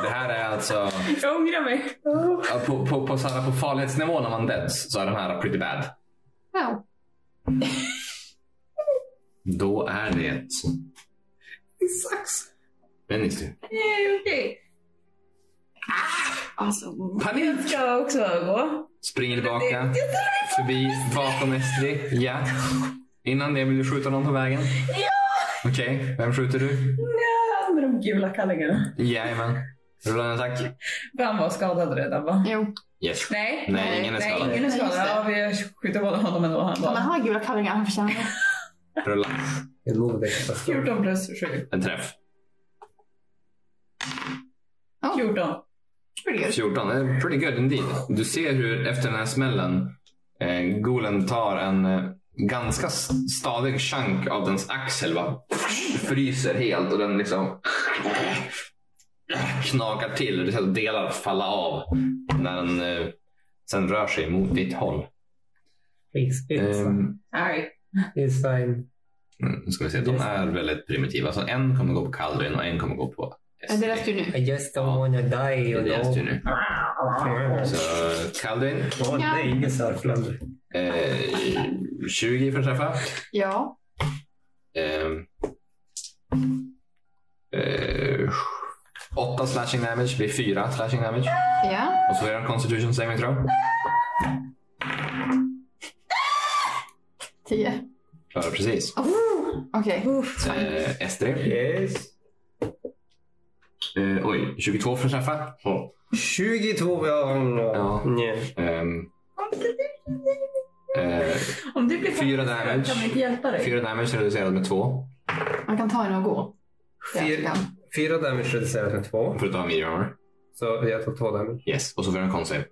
[SPEAKER 3] Det här är alltså...
[SPEAKER 2] Jag ångrar mig.
[SPEAKER 3] Ja, På, på, på, så här, på farlighetsnivå när man döds så är de här pretty bad.
[SPEAKER 1] Ja.
[SPEAKER 3] Då är det... Det sucks. Bennys tur.
[SPEAKER 2] Yay, okej.
[SPEAKER 5] Alltså,
[SPEAKER 3] Panik!
[SPEAKER 2] Ska jag också gå?
[SPEAKER 3] Springer tillbaka. Förbi, bakom Estri. Ja. Innan det vill du skjuta någon på vägen? Ja! Okej, vem skjuter du?
[SPEAKER 2] Ja, med de gula kallingarna.
[SPEAKER 3] Jajamän. Rulla en attack.
[SPEAKER 2] Han var skadad redan va?
[SPEAKER 1] Jo.
[SPEAKER 3] Yes.
[SPEAKER 2] Nej.
[SPEAKER 3] Nej, ingen är skadad.
[SPEAKER 2] Nej, ingen är
[SPEAKER 1] Nej, just
[SPEAKER 2] skadad. Ja, vi skjuter båda honom ändå. Han
[SPEAKER 1] Ja, men
[SPEAKER 2] bara.
[SPEAKER 1] han har gula kallingar. Han förtjänar det.
[SPEAKER 3] Rulla.
[SPEAKER 4] En modig person.
[SPEAKER 2] 14 plus 7.
[SPEAKER 3] En träff.
[SPEAKER 2] 14.
[SPEAKER 1] Pretty good.
[SPEAKER 3] 14. Det är pretty good indeed. Du ser hur efter den här smällen eh, Golen tar en eh, ganska s- stadig chunk av dens axel. Va? Fryser helt och den liksom eh, knakar till och det ser delar falla av när den eh, sen rör sig mot ditt håll.
[SPEAKER 4] Please, it's,
[SPEAKER 3] Ehm,
[SPEAKER 2] Nej.
[SPEAKER 4] it's fine.
[SPEAKER 3] mm, nu ska vi se. De är väldigt primitiva. Så en kommer gå på Kaldrin och en kommer gå på
[SPEAKER 1] Men
[SPEAKER 3] SD.
[SPEAKER 1] Eh, det läste du nu.
[SPEAKER 4] I just don't wanna die,
[SPEAKER 3] Det
[SPEAKER 4] you
[SPEAKER 3] är deras tur nu.
[SPEAKER 4] know.
[SPEAKER 3] Så Kaldrin,
[SPEAKER 4] Åh nej, ingen sörfländer.
[SPEAKER 3] eh, 20 för att träffa.
[SPEAKER 1] Ja.
[SPEAKER 3] Ehm. Eh, åtta slashing damage blir fyra slashing damage.
[SPEAKER 1] Ja.
[SPEAKER 3] Och så är det en constitution saving throw.
[SPEAKER 1] Tio.
[SPEAKER 3] Klarar precis.
[SPEAKER 1] Oh. Okej.
[SPEAKER 3] Eh, S3.
[SPEAKER 4] Yes.
[SPEAKER 3] Eh, oj, 22 för att träffa.
[SPEAKER 4] 22
[SPEAKER 3] Ja.
[SPEAKER 4] ja. Nej.
[SPEAKER 3] Ehm, eh,
[SPEAKER 2] Om du blir
[SPEAKER 3] Fyra
[SPEAKER 2] fast-
[SPEAKER 3] damage.
[SPEAKER 2] Kan vi inte hjälpa dig?
[SPEAKER 3] fyra damage reducerad med två.
[SPEAKER 1] Man kan ta en och gå. Ja,
[SPEAKER 4] Fyra-
[SPEAKER 1] ja.
[SPEAKER 4] Fyra damage reducerat med två.
[SPEAKER 3] För att ha medium armor.
[SPEAKER 4] Så jag tar två damage.
[SPEAKER 3] Yes. Och så får jag en con save.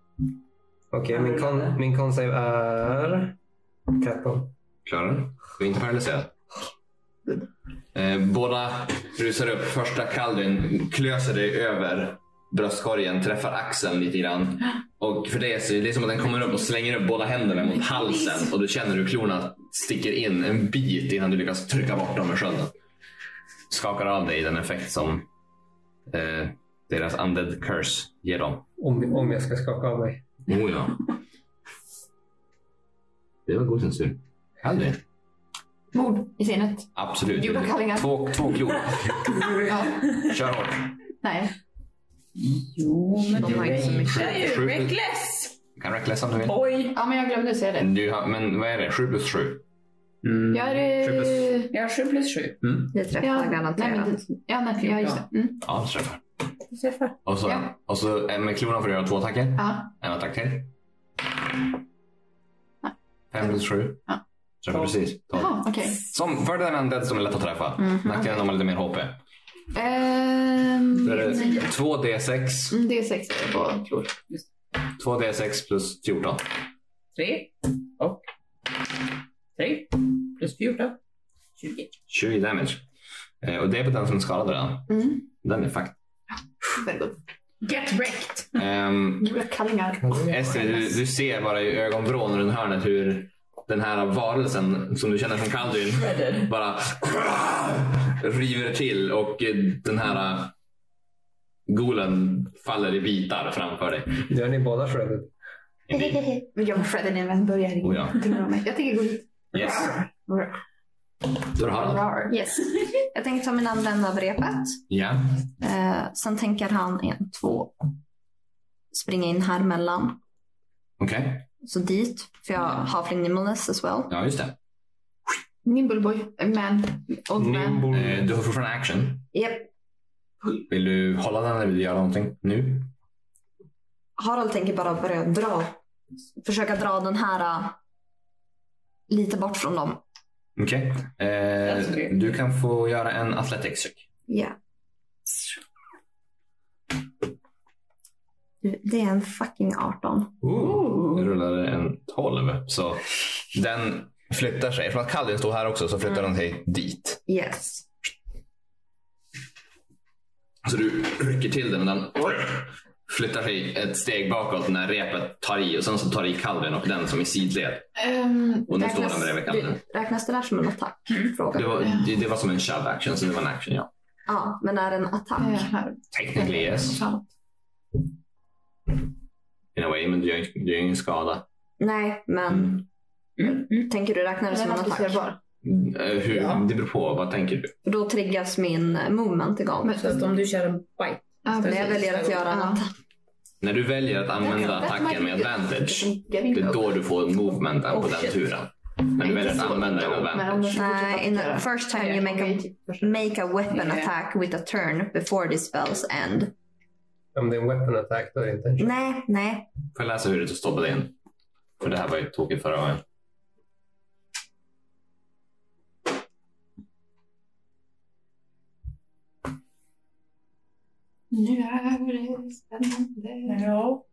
[SPEAKER 4] Okej, min
[SPEAKER 3] Mm.
[SPEAKER 4] con- min consave är 13.
[SPEAKER 3] Klarar den. Du är inte paralyserad. Eh, båda rusar upp. Första Kaldun klöser dig över bröstkorgen, träffar axeln lite grann. Och för dig så är det som att den kommer upp och slänger upp båda händerna mot halsen och du känner hur klorna sticker in en bit innan du lyckas trycka bort dem ur skölden. Skakar av dig den effekt som eh, deras undead curse ger dem.
[SPEAKER 4] Om, om jag ska skaka av mig.
[SPEAKER 3] Oh ja. Det var god censur. Kaldun.
[SPEAKER 1] Mord i sinnet.
[SPEAKER 3] Absolut.
[SPEAKER 1] Gula kallingar.
[SPEAKER 3] Två, två klor.
[SPEAKER 1] Ja.
[SPEAKER 3] Kör hårt.
[SPEAKER 1] Nej.
[SPEAKER 2] Jo, men
[SPEAKER 1] De har inte så
[SPEAKER 2] Det
[SPEAKER 1] mycket.
[SPEAKER 2] är ju
[SPEAKER 3] Sju.
[SPEAKER 2] reckless!
[SPEAKER 3] Du kan recklessa om du vill.
[SPEAKER 2] Oj!
[SPEAKER 1] Ja, men jag glömde säga det.
[SPEAKER 3] Du har, men vad är det? 7 plus 7?
[SPEAKER 1] Jag är... eh,
[SPEAKER 2] Jag har 7 plus 7.
[SPEAKER 5] det träffar
[SPEAKER 1] Ja,
[SPEAKER 5] garanterat.
[SPEAKER 1] Nej, men, det- ja, nej, ja, just det. Mm.
[SPEAKER 3] Ja, det träffar.
[SPEAKER 2] Du träffar.
[SPEAKER 3] Och så,
[SPEAKER 1] Ja.
[SPEAKER 3] och så eh, med klorna får du göra två attacker.
[SPEAKER 1] Ja.
[SPEAKER 3] En attack till.
[SPEAKER 1] Ja.
[SPEAKER 3] 5 plus 7.
[SPEAKER 1] Ja.
[SPEAKER 3] Träffar precis. Tolv.
[SPEAKER 1] Jaha, Mhm. okej.
[SPEAKER 3] Som fördelen är en dead som är lätt att träffa. Nackdelen om man har lite mer HP.
[SPEAKER 1] Ehm,
[SPEAKER 3] Då är det
[SPEAKER 1] nio.
[SPEAKER 3] 2D6.
[SPEAKER 1] Mm, det är sex på klor.
[SPEAKER 3] 2D6 plus 14.
[SPEAKER 2] 3 och 3 plus 14. 20.
[SPEAKER 3] 20 damage. Eh, och det är på den som är skadad redan.
[SPEAKER 1] Mm.
[SPEAKER 3] Den är fucked.
[SPEAKER 1] Väldigt gott.
[SPEAKER 2] Get wrecked!
[SPEAKER 3] Ehm,
[SPEAKER 1] Gula kallingar.
[SPEAKER 3] Esther, du, du ser bara i ögonvrån runt hörnet hur den här varelsen som du känner som Kaldun
[SPEAKER 2] Shredded.
[SPEAKER 3] bara river till och eh, den här äh, Golen faller i bitar framför dig.
[SPEAKER 4] Gör ni båda shredded?
[SPEAKER 1] Men jag var Freddy när jag började.
[SPEAKER 3] Oh ja.
[SPEAKER 1] Inte oroa mig. Jag tänker gå hit.
[SPEAKER 3] Yes. Så du har den?
[SPEAKER 1] Rar.
[SPEAKER 5] Yes. Jag tänker ta min använda av repet.
[SPEAKER 3] Ja.
[SPEAKER 5] Eh, sen tänker han en, två. Springa in här mellan.
[SPEAKER 3] Okej.
[SPEAKER 5] Så dit. För jag har fling nimbleness as well.
[SPEAKER 3] Ja, just det.
[SPEAKER 1] Nimble boy. Eh, Man. Old man.
[SPEAKER 3] Eh, Du har fortfarande action.
[SPEAKER 5] Yep.
[SPEAKER 3] Vill du hålla den eller vill du göra någonting nu?
[SPEAKER 5] Harald tänker bara börja dra. Försöka dra den här eh, lite bort från dem.
[SPEAKER 3] Okej. Eh,
[SPEAKER 2] Alltså, det-
[SPEAKER 3] du kan få göra en athletics check.
[SPEAKER 5] Ja. Du, Det är en fucking 18.
[SPEAKER 3] Ooh. Du rullade en 12. Så den flyttar sig. Eftersom att Kallin står här också så flyttar den sig dit.
[SPEAKER 5] Yes.
[SPEAKER 3] Så du rycker till den och den flyttar sig ett steg bakåt när repet tar i och sen så tar det i kalven och den som är sidled.
[SPEAKER 1] Ehm,
[SPEAKER 3] Och nu
[SPEAKER 1] räknas-
[SPEAKER 3] står den bredvid kalven.
[SPEAKER 5] Räknas det där som en attack? Fråga.
[SPEAKER 3] Det var, det, det var som en shove action så det var en action ja.
[SPEAKER 5] Ja, men är det en attack?
[SPEAKER 1] Eh, här.
[SPEAKER 3] Technically yes.
[SPEAKER 1] Framåt.
[SPEAKER 3] In a way men du gör, ju- du gör ingen skada.
[SPEAKER 5] Nej, men
[SPEAKER 3] Mm.
[SPEAKER 5] tänker du räkna det
[SPEAKER 1] Den
[SPEAKER 5] som
[SPEAKER 1] är
[SPEAKER 5] en attack?
[SPEAKER 1] applicerbar.
[SPEAKER 3] Eh, Hur,
[SPEAKER 2] Ja.
[SPEAKER 3] Det beror på, vad tänker du?
[SPEAKER 5] För då triggas min eh, movement igång.
[SPEAKER 1] Men-
[SPEAKER 5] Men,
[SPEAKER 2] Så att om du kör en bite.
[SPEAKER 1] Ja,
[SPEAKER 5] jag
[SPEAKER 2] precis.
[SPEAKER 5] väljer att göra en
[SPEAKER 1] Ja.
[SPEAKER 5] attack.
[SPEAKER 3] När du väljer att använda
[SPEAKER 1] That's
[SPEAKER 3] attacken
[SPEAKER 1] my-
[SPEAKER 3] med advantage,
[SPEAKER 1] funkar
[SPEAKER 3] det
[SPEAKER 1] inte.
[SPEAKER 3] är då du får movementen på
[SPEAKER 1] Oh,
[SPEAKER 3] den
[SPEAKER 1] shit.
[SPEAKER 3] turen. När du
[SPEAKER 1] Inte
[SPEAKER 3] väljer att
[SPEAKER 1] så.
[SPEAKER 3] använda din
[SPEAKER 1] Men om
[SPEAKER 3] advantage.
[SPEAKER 1] den
[SPEAKER 5] Nej, in the first time you make a, make a weapon
[SPEAKER 2] Nej.
[SPEAKER 5] attack with a turn before this spells end.
[SPEAKER 4] Om det är en weapon attack då är det intention.
[SPEAKER 5] Nej, nej.
[SPEAKER 3] Får jag läsa hur det står på din? För det här var ju tokigt förra gången.
[SPEAKER 1] Nu är det spännande.
[SPEAKER 2] Ja.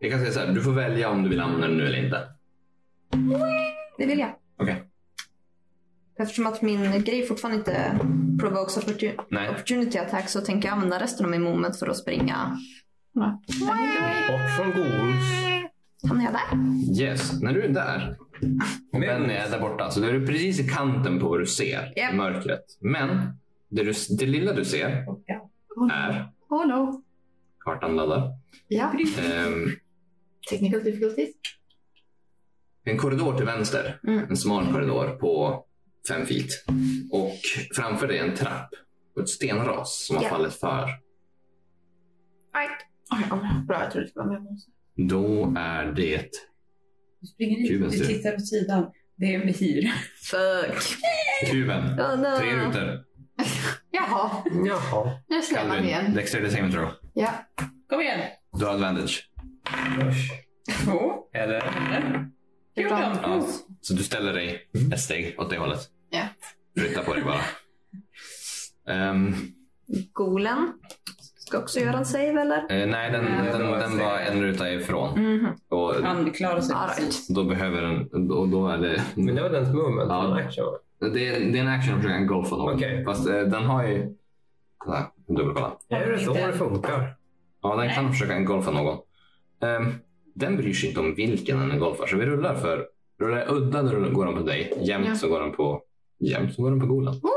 [SPEAKER 3] Jag kan säga så här, du får välja om du vill använda den nu eller inte.
[SPEAKER 5] Det vill jag.
[SPEAKER 3] Okej.
[SPEAKER 5] Eftersom att min grej fortfarande inte provokes opportu-
[SPEAKER 3] Nej.
[SPEAKER 5] opportunity attack så tänker jag använda resten av min moment för att springa.
[SPEAKER 4] Bort från goals.
[SPEAKER 5] Hamnar jag där?
[SPEAKER 3] Yes, när du är där. Och den är där borta. Så då är du precis i kanten på vad du ser
[SPEAKER 5] Japp.
[SPEAKER 3] i mörkret. Men det, du, det lilla du ser är
[SPEAKER 1] Oh no.
[SPEAKER 3] kartan laddar.
[SPEAKER 1] Ja.
[SPEAKER 3] Ehm,
[SPEAKER 1] Technical difficulties.
[SPEAKER 3] en korridor till vänster.
[SPEAKER 5] Mm.
[SPEAKER 3] En smal korridor på fem feet. Och framför dig en trapp och ett stenras som har
[SPEAKER 5] Japp.
[SPEAKER 3] fallit för.
[SPEAKER 5] Right.
[SPEAKER 1] Oj, ja, Bra, jag trodde det skulle vara med.
[SPEAKER 3] Då är det...
[SPEAKER 2] Du springer
[SPEAKER 3] Kuben
[SPEAKER 2] in, du
[SPEAKER 3] ser det.
[SPEAKER 2] tittar åt sidan. Det är en behir.
[SPEAKER 5] Fuck.
[SPEAKER 3] Kuben.
[SPEAKER 5] Oh, no.
[SPEAKER 3] Tre rutor.
[SPEAKER 1] Jaha,
[SPEAKER 4] Jaha.
[SPEAKER 1] nu släpper man
[SPEAKER 3] Calvin.
[SPEAKER 1] igen.
[SPEAKER 3] Dexterity saving throw.
[SPEAKER 1] Ja.
[SPEAKER 2] Kom igen!
[SPEAKER 3] Du har advantage.
[SPEAKER 2] Två.
[SPEAKER 4] Eller?
[SPEAKER 1] Det är bra.
[SPEAKER 2] Fjorton.
[SPEAKER 3] Ja. Så du ställer dig ett steg åt det hållet.
[SPEAKER 1] Mm. Ja.
[SPEAKER 3] Flytta på dig bara. Ehm,
[SPEAKER 5] Golen. Ska också göra en save eller?
[SPEAKER 3] eh, nej, den,
[SPEAKER 1] Mm.
[SPEAKER 2] Nej,
[SPEAKER 3] den,
[SPEAKER 4] det var
[SPEAKER 3] den var
[SPEAKER 4] ett
[SPEAKER 3] en ruta ifrån.
[SPEAKER 5] Mhm.
[SPEAKER 3] Och
[SPEAKER 2] Han klarar sig
[SPEAKER 5] All right.
[SPEAKER 2] precis.
[SPEAKER 3] då behöver den... Och då är det...
[SPEAKER 4] Men det var dens movement.
[SPEAKER 3] Ja.
[SPEAKER 4] en action, va?
[SPEAKER 3] Det är, det är en action att försöka gå för någon.
[SPEAKER 4] Okej.
[SPEAKER 3] Fast eh, den har ju... Kolla, jag dubbelkolla.
[SPEAKER 4] Är det så det funkar?
[SPEAKER 3] Ja, den kan försöka engolfa någon. Ehm, den bryr sig inte om vilken den engolfar. Så vi rullar för... Rullar jag udda då rullar- går den på dig. Jämt
[SPEAKER 1] Ja.
[SPEAKER 3] så går den på... Jämt så går den på golen.
[SPEAKER 1] Oh,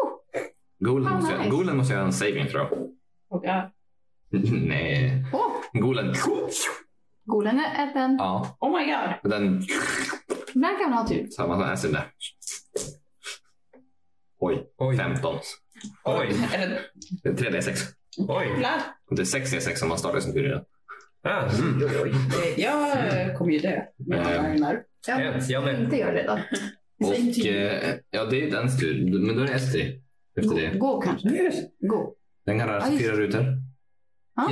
[SPEAKER 3] Golen
[SPEAKER 1] Ah,
[SPEAKER 3] måste,
[SPEAKER 1] nice.
[SPEAKER 3] golen måste göra en saving throw.
[SPEAKER 2] Och, ja.
[SPEAKER 3] nej.
[SPEAKER 1] oh.
[SPEAKER 3] Golen...
[SPEAKER 1] Golen är äten.
[SPEAKER 3] Ja,
[SPEAKER 2] Oh my god!
[SPEAKER 3] Och Den
[SPEAKER 1] Där kan man ha tur.
[SPEAKER 3] samma som Asim där. Oj,
[SPEAKER 4] Oj.
[SPEAKER 3] 15.
[SPEAKER 4] Oj.
[SPEAKER 2] Eller
[SPEAKER 3] Det är 3D6.
[SPEAKER 4] Oj.
[SPEAKER 2] jävlar!
[SPEAKER 3] Och Det är 6D6 om man startar som fyra.
[SPEAKER 4] Ah.
[SPEAKER 2] Eh, Jag eh, kommer ju dö.
[SPEAKER 3] Eh.
[SPEAKER 2] Mm.
[SPEAKER 1] Ja,
[SPEAKER 4] Yes, jag med.
[SPEAKER 1] inte gör det då. Så
[SPEAKER 3] Och
[SPEAKER 1] inte-
[SPEAKER 3] eh, ja, det är dens tur. Men då är det Estri efter
[SPEAKER 1] Gå,
[SPEAKER 3] det.
[SPEAKER 1] gå kanske. Gå.
[SPEAKER 3] Den kan röra sig
[SPEAKER 1] Aj.
[SPEAKER 3] fyra rutor.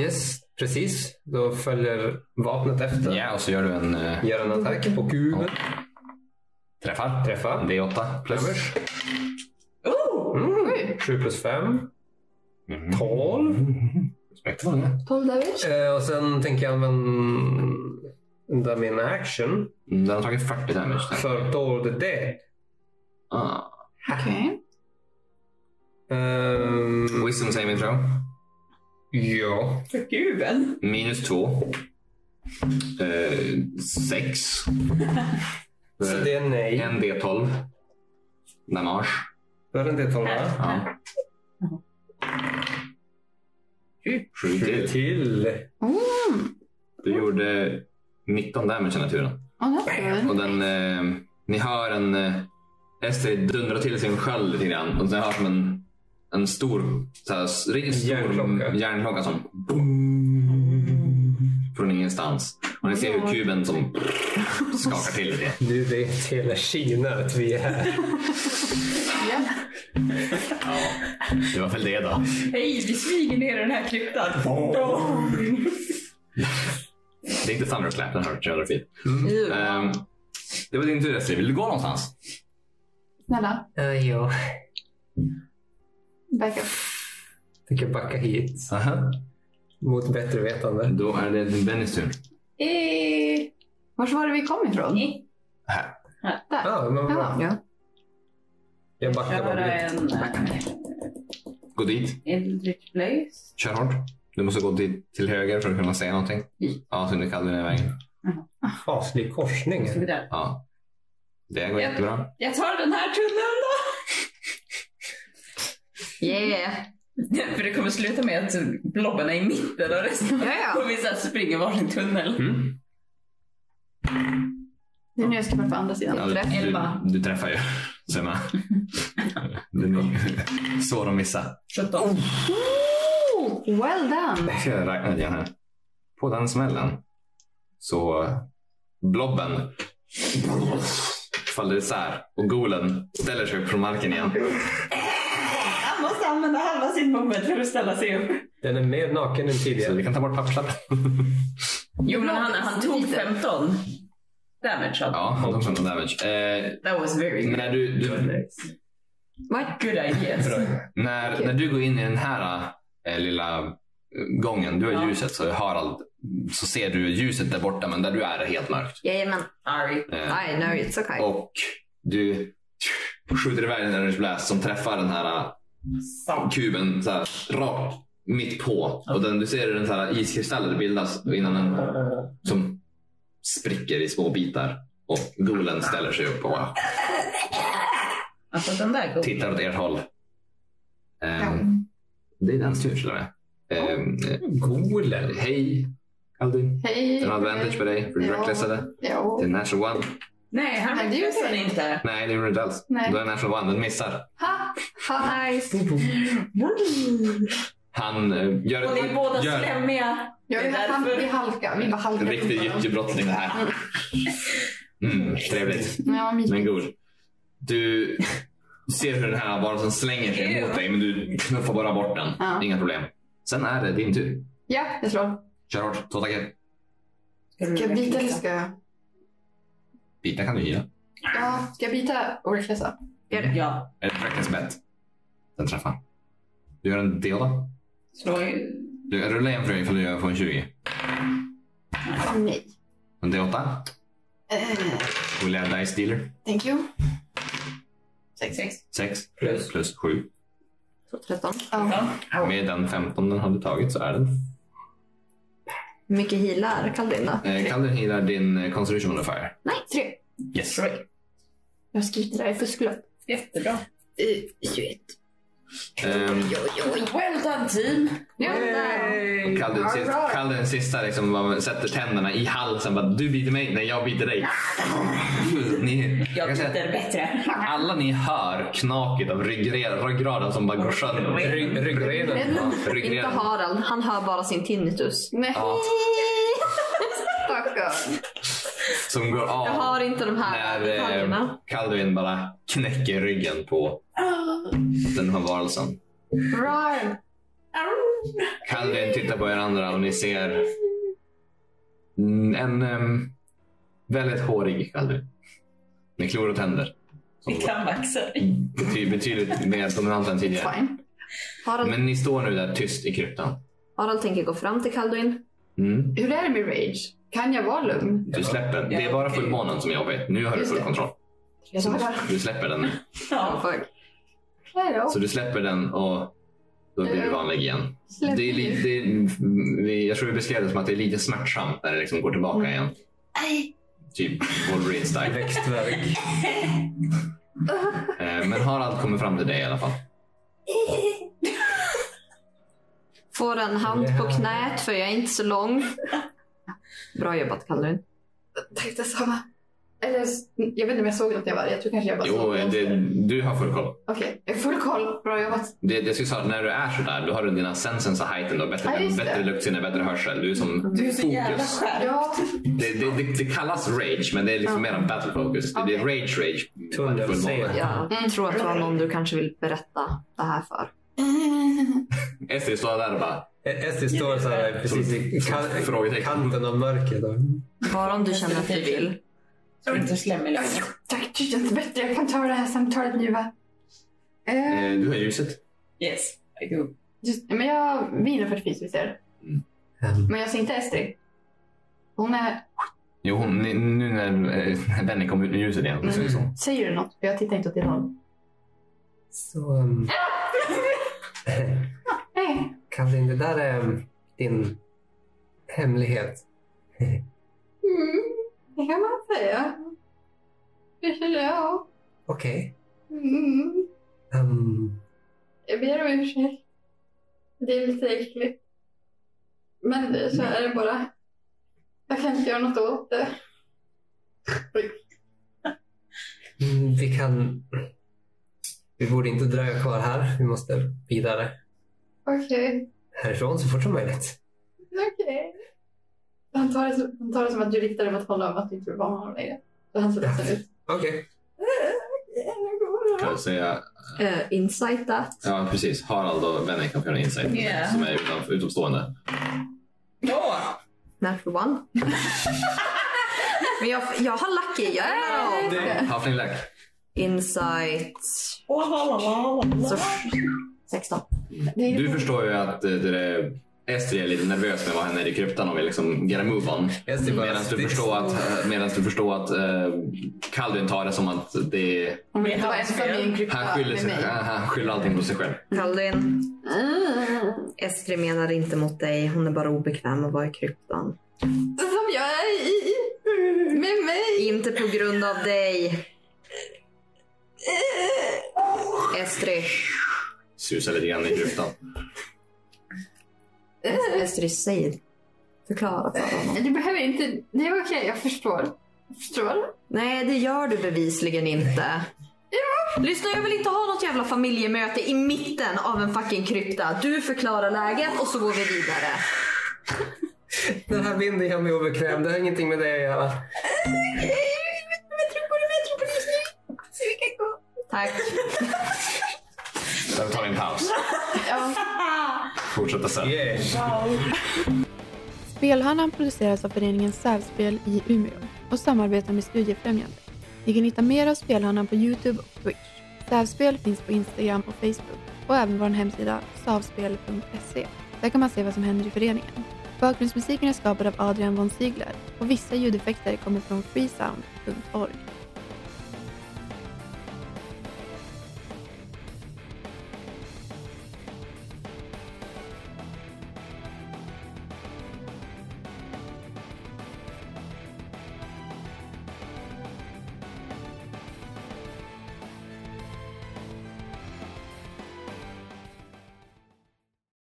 [SPEAKER 4] Yes, precis. Då följer vapnet efter.
[SPEAKER 3] Ja, och så gör du en eh,
[SPEAKER 4] Gör en attack på kuben.
[SPEAKER 3] träffar.
[SPEAKER 4] Träffar.
[SPEAKER 3] D8 plus.
[SPEAKER 2] Oh!
[SPEAKER 4] Mm.
[SPEAKER 1] Sju.
[SPEAKER 4] 7 plus 5.
[SPEAKER 3] Mm.
[SPEAKER 4] 12.
[SPEAKER 3] Respekt för det.
[SPEAKER 1] Tolv damage.
[SPEAKER 3] Mm.
[SPEAKER 4] Eh, och sen tänker jag använda min action
[SPEAKER 3] Mm, Den har tagit 40 damage. där.
[SPEAKER 4] för Door the Dead.
[SPEAKER 3] Ah.
[SPEAKER 1] Okej.
[SPEAKER 4] Ehm,
[SPEAKER 3] Wisdom saving throw.
[SPEAKER 4] ja.
[SPEAKER 2] För kuben!
[SPEAKER 3] Minus Eh, 2. 6.
[SPEAKER 4] Så det är nej.
[SPEAKER 3] Eh, En D12. Damage.
[SPEAKER 4] Då är det en D12 va?
[SPEAKER 3] Ja. Sju
[SPEAKER 4] Sju
[SPEAKER 3] till.
[SPEAKER 4] till.
[SPEAKER 1] Mm.
[SPEAKER 3] Du gjorde 19 damage den här turen.
[SPEAKER 1] Ja, det är
[SPEAKER 3] Och
[SPEAKER 1] kul.
[SPEAKER 3] den, eh, ni hör en... Eh, Estrid dundrar till sin sköld lite grann. Och sen hörs som en, en stor, så här, s- riktigt stor
[SPEAKER 4] Järnklocka.
[SPEAKER 3] järnklocka som... Från ingenstans. Och ni ser hur kuben som skakar till lite.
[SPEAKER 4] Nu vet hela Kina att vi är här.
[SPEAKER 1] Ja.
[SPEAKER 3] Det var väl det då.
[SPEAKER 2] Hej, vi smyger ner i den här klyftan.
[SPEAKER 3] Det är inte Thunder Clap, den hör 300 feet.
[SPEAKER 5] Ju.
[SPEAKER 3] Ehm, det var din tur Estrid. Vill du gå någonstans?
[SPEAKER 1] Snälla,
[SPEAKER 4] Uh, ja.
[SPEAKER 1] back up.
[SPEAKER 4] Tänker backa hit.
[SPEAKER 3] Aha.
[SPEAKER 4] Mot bättre vetande.
[SPEAKER 3] Då är det din Bennys tur.
[SPEAKER 1] Eh, Vars var det vi kom ifrån?
[SPEAKER 3] Här.
[SPEAKER 1] Där.
[SPEAKER 4] Ja, men
[SPEAKER 1] Ja,
[SPEAKER 4] bra.
[SPEAKER 1] ja.
[SPEAKER 4] Jag backar bara
[SPEAKER 2] Köra
[SPEAKER 4] lite.
[SPEAKER 2] en eh,
[SPEAKER 3] Gå dit.
[SPEAKER 2] Eldritch Blaze.
[SPEAKER 3] Kör hårt. Du måste gå till, till höger för att kunna säga någonting. Ja, så nu kallar den här vägen.
[SPEAKER 4] Faslig korsning.
[SPEAKER 2] Ska vi där?
[SPEAKER 3] Ja. Det går
[SPEAKER 2] Ja.
[SPEAKER 3] jättebra.
[SPEAKER 2] Jag tar den här tunneln
[SPEAKER 5] Yeah.
[SPEAKER 2] då! För det kommer sluta med att blobben är i mitten och resten
[SPEAKER 5] Ja, ja.
[SPEAKER 2] och vi så här springer varsin tunnel.
[SPEAKER 3] Mm.
[SPEAKER 1] Det är nu jag ska vara på andra sidan.
[SPEAKER 3] Ja, du,
[SPEAKER 5] Träff
[SPEAKER 2] elva.
[SPEAKER 3] du, du träffar ju. Summa. Den är svår att missa.
[SPEAKER 2] 17.
[SPEAKER 1] Oh, well done!
[SPEAKER 3] Jag räknade igen här. På den smällen så blobben faller isär och golen ställer sig upp från marken igen.
[SPEAKER 2] Han måste använda halva sin moment för att ställa sig upp.
[SPEAKER 4] Den är mer naken än
[SPEAKER 3] Så vi
[SPEAKER 4] tidigare.
[SPEAKER 3] kan ta bort papperslappen.
[SPEAKER 2] Jo, men han, han tog
[SPEAKER 1] Lite.
[SPEAKER 2] 15 damage. han.
[SPEAKER 3] Ja, han tog 15 damage. Eh,
[SPEAKER 2] That was very good.
[SPEAKER 3] när, du, du,
[SPEAKER 1] What?
[SPEAKER 2] Good ideas.
[SPEAKER 3] när, när du går in i den här eh, lilla gången, du har
[SPEAKER 2] Ja.
[SPEAKER 3] ljuset, så Harald, så ser du ljuset där borta, men där du är är helt mörkt.
[SPEAKER 5] Jajamän.
[SPEAKER 2] Sorry.
[SPEAKER 3] Eh,
[SPEAKER 5] I know it's okay.
[SPEAKER 3] och du skjuter iväg den där blast som träffar den här äh,
[SPEAKER 2] Sant.
[SPEAKER 3] kuben så här, rakt mitt på. Och den, du ser hur den så här, iskristaller bildas innan den som spricker i små bitar. Och Golen ställer sig upp och
[SPEAKER 2] Alltså den där går.
[SPEAKER 3] tittar åt ert håll.
[SPEAKER 1] Ja.
[SPEAKER 3] Ehm, det är dens tur till och med. Ehm,
[SPEAKER 4] Golen.
[SPEAKER 3] eh, Hej Aldin.
[SPEAKER 1] Hej!
[SPEAKER 3] Den har advantage på dig för du
[SPEAKER 1] Ja.
[SPEAKER 3] recklessade.
[SPEAKER 1] Ja.
[SPEAKER 3] Det är national one.
[SPEAKER 2] Nej, han
[SPEAKER 1] Nej, det är ju
[SPEAKER 2] pressade
[SPEAKER 1] okej.
[SPEAKER 2] inte.
[SPEAKER 3] Nej, det gjorde du inte alls.
[SPEAKER 1] Nej.
[SPEAKER 3] Då är national one. Den missar.
[SPEAKER 1] Ha! Ha! Nice!
[SPEAKER 3] Han eh, gör
[SPEAKER 2] Och ni är båda
[SPEAKER 3] gör
[SPEAKER 2] slemmiga.
[SPEAKER 1] Ja,
[SPEAKER 2] Det
[SPEAKER 1] vi,
[SPEAKER 2] är
[SPEAKER 1] halk,
[SPEAKER 2] därför-
[SPEAKER 1] vi halkar. Vi bara halkar.
[SPEAKER 3] en riktig gyttjebrottsling det här. Mm, trevligt.
[SPEAKER 1] Ja, mysigt.
[SPEAKER 3] Men god. Du ser hur den här varelsen slänger sig mot dig men du knuffar bara bort den.
[SPEAKER 1] Ja.
[SPEAKER 3] Inga problem. Sen är det din tur.
[SPEAKER 1] Ja, jag slår.
[SPEAKER 3] Kör hårt. Två attacker.
[SPEAKER 1] Ska jag bita eller ska jag...
[SPEAKER 3] Bita kan du gilla.
[SPEAKER 1] Ja, ska jag bita och recklessa?
[SPEAKER 2] Ja.
[SPEAKER 3] Ett reckless bet. Den träffar. Du gör en D8.
[SPEAKER 2] Slå ju.
[SPEAKER 3] Du rullar igen för dig ifall du gör- får en 20. Oh.
[SPEAKER 1] Nej.
[SPEAKER 3] En D8.
[SPEAKER 1] Eh,
[SPEAKER 3] Vill jag dice dealer.
[SPEAKER 1] thank you. Sex.
[SPEAKER 2] Sex.
[SPEAKER 3] 6
[SPEAKER 4] Plus.
[SPEAKER 3] plus 7.
[SPEAKER 1] Så 13. Ja.
[SPEAKER 2] Ja.
[SPEAKER 3] Med den 15 den hade tagit så är den.
[SPEAKER 5] Hur mycket healar Kaldin då?
[SPEAKER 3] Eh, kan du hila din eh, constitution modifier?
[SPEAKER 5] Nej, tre.
[SPEAKER 3] Yes.
[SPEAKER 1] Jag skriver det där i fusklapp.
[SPEAKER 2] Jättebra.
[SPEAKER 1] Eh, 21.
[SPEAKER 3] Ehm,
[SPEAKER 2] Well done team.
[SPEAKER 5] Ja, där.
[SPEAKER 3] Kalden sist, Kalden sista liksom bara sätter tänderna i halsen. Bara, du biter mig, nej jag biter dig. ni, jag
[SPEAKER 2] Jag
[SPEAKER 3] kan säga,
[SPEAKER 2] biter bättre.
[SPEAKER 3] att alla ni hör knaket av ryggre- ryggraden som bara går sönder.
[SPEAKER 4] Rygg- Ryggrenen.
[SPEAKER 5] Men Inte
[SPEAKER 3] Ryggraden.
[SPEAKER 5] Harald. Han hör bara sin tinnitus.
[SPEAKER 1] Nej.
[SPEAKER 3] Ja.
[SPEAKER 1] Stackarn.
[SPEAKER 3] Som går av
[SPEAKER 5] Jag har inte de här
[SPEAKER 3] när eh,
[SPEAKER 5] detaljerna.
[SPEAKER 3] Kalduin bara knäcker ryggen på den här varelsen.
[SPEAKER 1] Right.
[SPEAKER 3] Kalduin tittar på er andra och ni ser mm, en em, väldigt hårig Kalduin. Med klor och tänder.
[SPEAKER 2] Vi kan vaxa.
[SPEAKER 3] Bety- betydligt mer dominant än tidigare.
[SPEAKER 1] Fine.
[SPEAKER 5] Harald,
[SPEAKER 3] Men ni står nu där tyst i kryptan.
[SPEAKER 5] Harald tänker gå fram till Kaldin.
[SPEAKER 3] Mm.
[SPEAKER 1] Hur är det med rage? Kan jag vara lugn?
[SPEAKER 3] Du släpper. Det är bara fullmånen som är jobbig. Nu har du
[SPEAKER 1] Just
[SPEAKER 3] full
[SPEAKER 1] det.
[SPEAKER 3] kontroll.
[SPEAKER 1] Jag
[SPEAKER 3] Så
[SPEAKER 1] sa det.
[SPEAKER 3] Du släpper den nu.
[SPEAKER 2] Ja.
[SPEAKER 1] Hej då.
[SPEAKER 3] Så du släpper den och då blir du vanlig igen.
[SPEAKER 1] Släpp
[SPEAKER 3] Det är li-
[SPEAKER 1] mig.
[SPEAKER 3] det är, vi- jag tror vi beskrev det som att det är lite smärtsamt när det liksom går tillbaka igen.
[SPEAKER 1] Aj.
[SPEAKER 3] Typ Wolverine style.
[SPEAKER 4] Växtverk.
[SPEAKER 3] Eh, Men Harald kommer fram till dig i alla fall.
[SPEAKER 5] Får en hand på knät för jag är inte så lång. Bra jobbat Kalduin.
[SPEAKER 1] Tack detsamma. Eller, s- jag vet inte om jag såg något när jag var Jag tror kanske jag bara
[SPEAKER 3] Jo,
[SPEAKER 1] såg
[SPEAKER 3] det, du har full koll.
[SPEAKER 1] Okej, jag får koll. Bra jobbat.
[SPEAKER 3] Det, det skulle jag säga att när du är sådär, då har du dina senses och heighten. Du har
[SPEAKER 1] Ja,
[SPEAKER 3] bättre,
[SPEAKER 1] just det.
[SPEAKER 3] bättre luktsinne, bättre hörsel. Du är som
[SPEAKER 2] Du är så jävla
[SPEAKER 3] Fokus.
[SPEAKER 2] skärpt.
[SPEAKER 1] Ja,
[SPEAKER 3] Det, det, det, det kallas rage, men det är liksom mer en battle focus. Det, det är rage rage.
[SPEAKER 4] Tunnelseende.
[SPEAKER 5] Jag tror att det var någon du kanske vill berätta det här för.
[SPEAKER 1] Eh,
[SPEAKER 3] Estrid står där och bara,
[SPEAKER 4] Esti Eh, står så här precis i kan-
[SPEAKER 3] Frågetecken.
[SPEAKER 4] kanten av mörkret. och-
[SPEAKER 5] Bara om du känner att du vill.
[SPEAKER 2] Tror inte slemmig längre.
[SPEAKER 1] tack. Det känns bättre. Jag kan ta det här samtalet nu va? Eh,
[SPEAKER 3] eh, du har ljuset.
[SPEAKER 2] Yes, I do.
[SPEAKER 1] just, men jag viner för fys, visst är det?
[SPEAKER 3] Mm.
[SPEAKER 1] Men jag ser inte Estrid. Hon är...
[SPEAKER 3] Jo, hon, ni- nu när eh, Benny kom ut med ljuset igen. så är det så.
[SPEAKER 1] Säger du något? För jag tittar inte åt din håll.
[SPEAKER 4] Så um,
[SPEAKER 1] Nej.
[SPEAKER 4] Karin, det där är um, din hemlighet.
[SPEAKER 1] Mm, det kan man säga. Ja.
[SPEAKER 4] Okej.
[SPEAKER 1] Mm,
[SPEAKER 4] Um,
[SPEAKER 1] jag ber om ursäkt. Det är lite äckligt. Men det- så är det bara. Jag kan inte göra något åt det.
[SPEAKER 4] mm, vi kan... Vi borde inte dröja kvar här. Vi måste vidare
[SPEAKER 1] Okej.
[SPEAKER 4] härifrån så fort som möjligt.
[SPEAKER 1] Okej. Han, tar det som- han tar det som att du riktar dig mot honom, att du inte vill vara med honom längre. Så han ser ledsen ut.
[SPEAKER 4] Okej.
[SPEAKER 3] Kan jag säga.
[SPEAKER 5] Eh, insight that.
[SPEAKER 3] Ja, precis. Harald och Benny kan få göra en insight
[SPEAKER 2] Ja.
[SPEAKER 3] som är utanf- utomstående.
[SPEAKER 2] Åh!
[SPEAKER 5] Natural one. Men jag, jag har lucky. Jag är nära om.
[SPEAKER 3] Halfling lack.
[SPEAKER 5] Insight.
[SPEAKER 2] Åh, la, la, la, la.
[SPEAKER 5] Så, 16.
[SPEAKER 3] Du förstår ju att eh, det är Estrid är lite nervös med vad händer i kryptan och vill liksom get a move on.
[SPEAKER 4] Estrid bara
[SPEAKER 3] Medan du
[SPEAKER 4] stick-
[SPEAKER 3] förstår att, medan du förstår att eh, Kalduin tar det som att det är,
[SPEAKER 2] Hon vet
[SPEAKER 1] Det var ensam i en krypta
[SPEAKER 3] han, skyller
[SPEAKER 1] med
[SPEAKER 3] sig,
[SPEAKER 1] mig.
[SPEAKER 3] han, han skyller allting på sig själv.
[SPEAKER 5] Kalduin.
[SPEAKER 1] Mm.
[SPEAKER 5] Estri menar inte mot dig. Hon är bara obekväm att vara i kryptan.
[SPEAKER 1] Som jag är i. Med mig.
[SPEAKER 5] Inte på grund av dig. Estri.
[SPEAKER 3] Susar lite grann i kryptan.
[SPEAKER 5] Estri, säg. Förklara för honom.
[SPEAKER 1] Du behöver inte... Det är okej, jag förstår. Jag förstår.
[SPEAKER 5] Nej, det gör du bevisligen inte. Lyssna, jag vill inte ha något jävla familjemöte i mitten av en fucking krypta. Du förklarar läget och så går vi vidare.
[SPEAKER 4] Den här vinden gör mig obekväm. Det har ingenting med det att göra.
[SPEAKER 5] Tack.
[SPEAKER 3] Sen tar vi en paus.
[SPEAKER 1] Ja.
[SPEAKER 3] Fortsätta sen.
[SPEAKER 4] Yeah.
[SPEAKER 6] Spelhörnan produceras av föreningen Sävspel i Umeå och samarbetar med Studiefrämjande. Ni kan hitta mer av Spelhörnan på Youtube och Twitch. Sävspel finns på Instagram och Facebook och även vår hemsida savspel.se. Där kan man se vad som händer i föreningen. Bakgrundsmusiken är skapad av Adrian von Ziegler och vissa ljudeffekter kommer från freesound.org.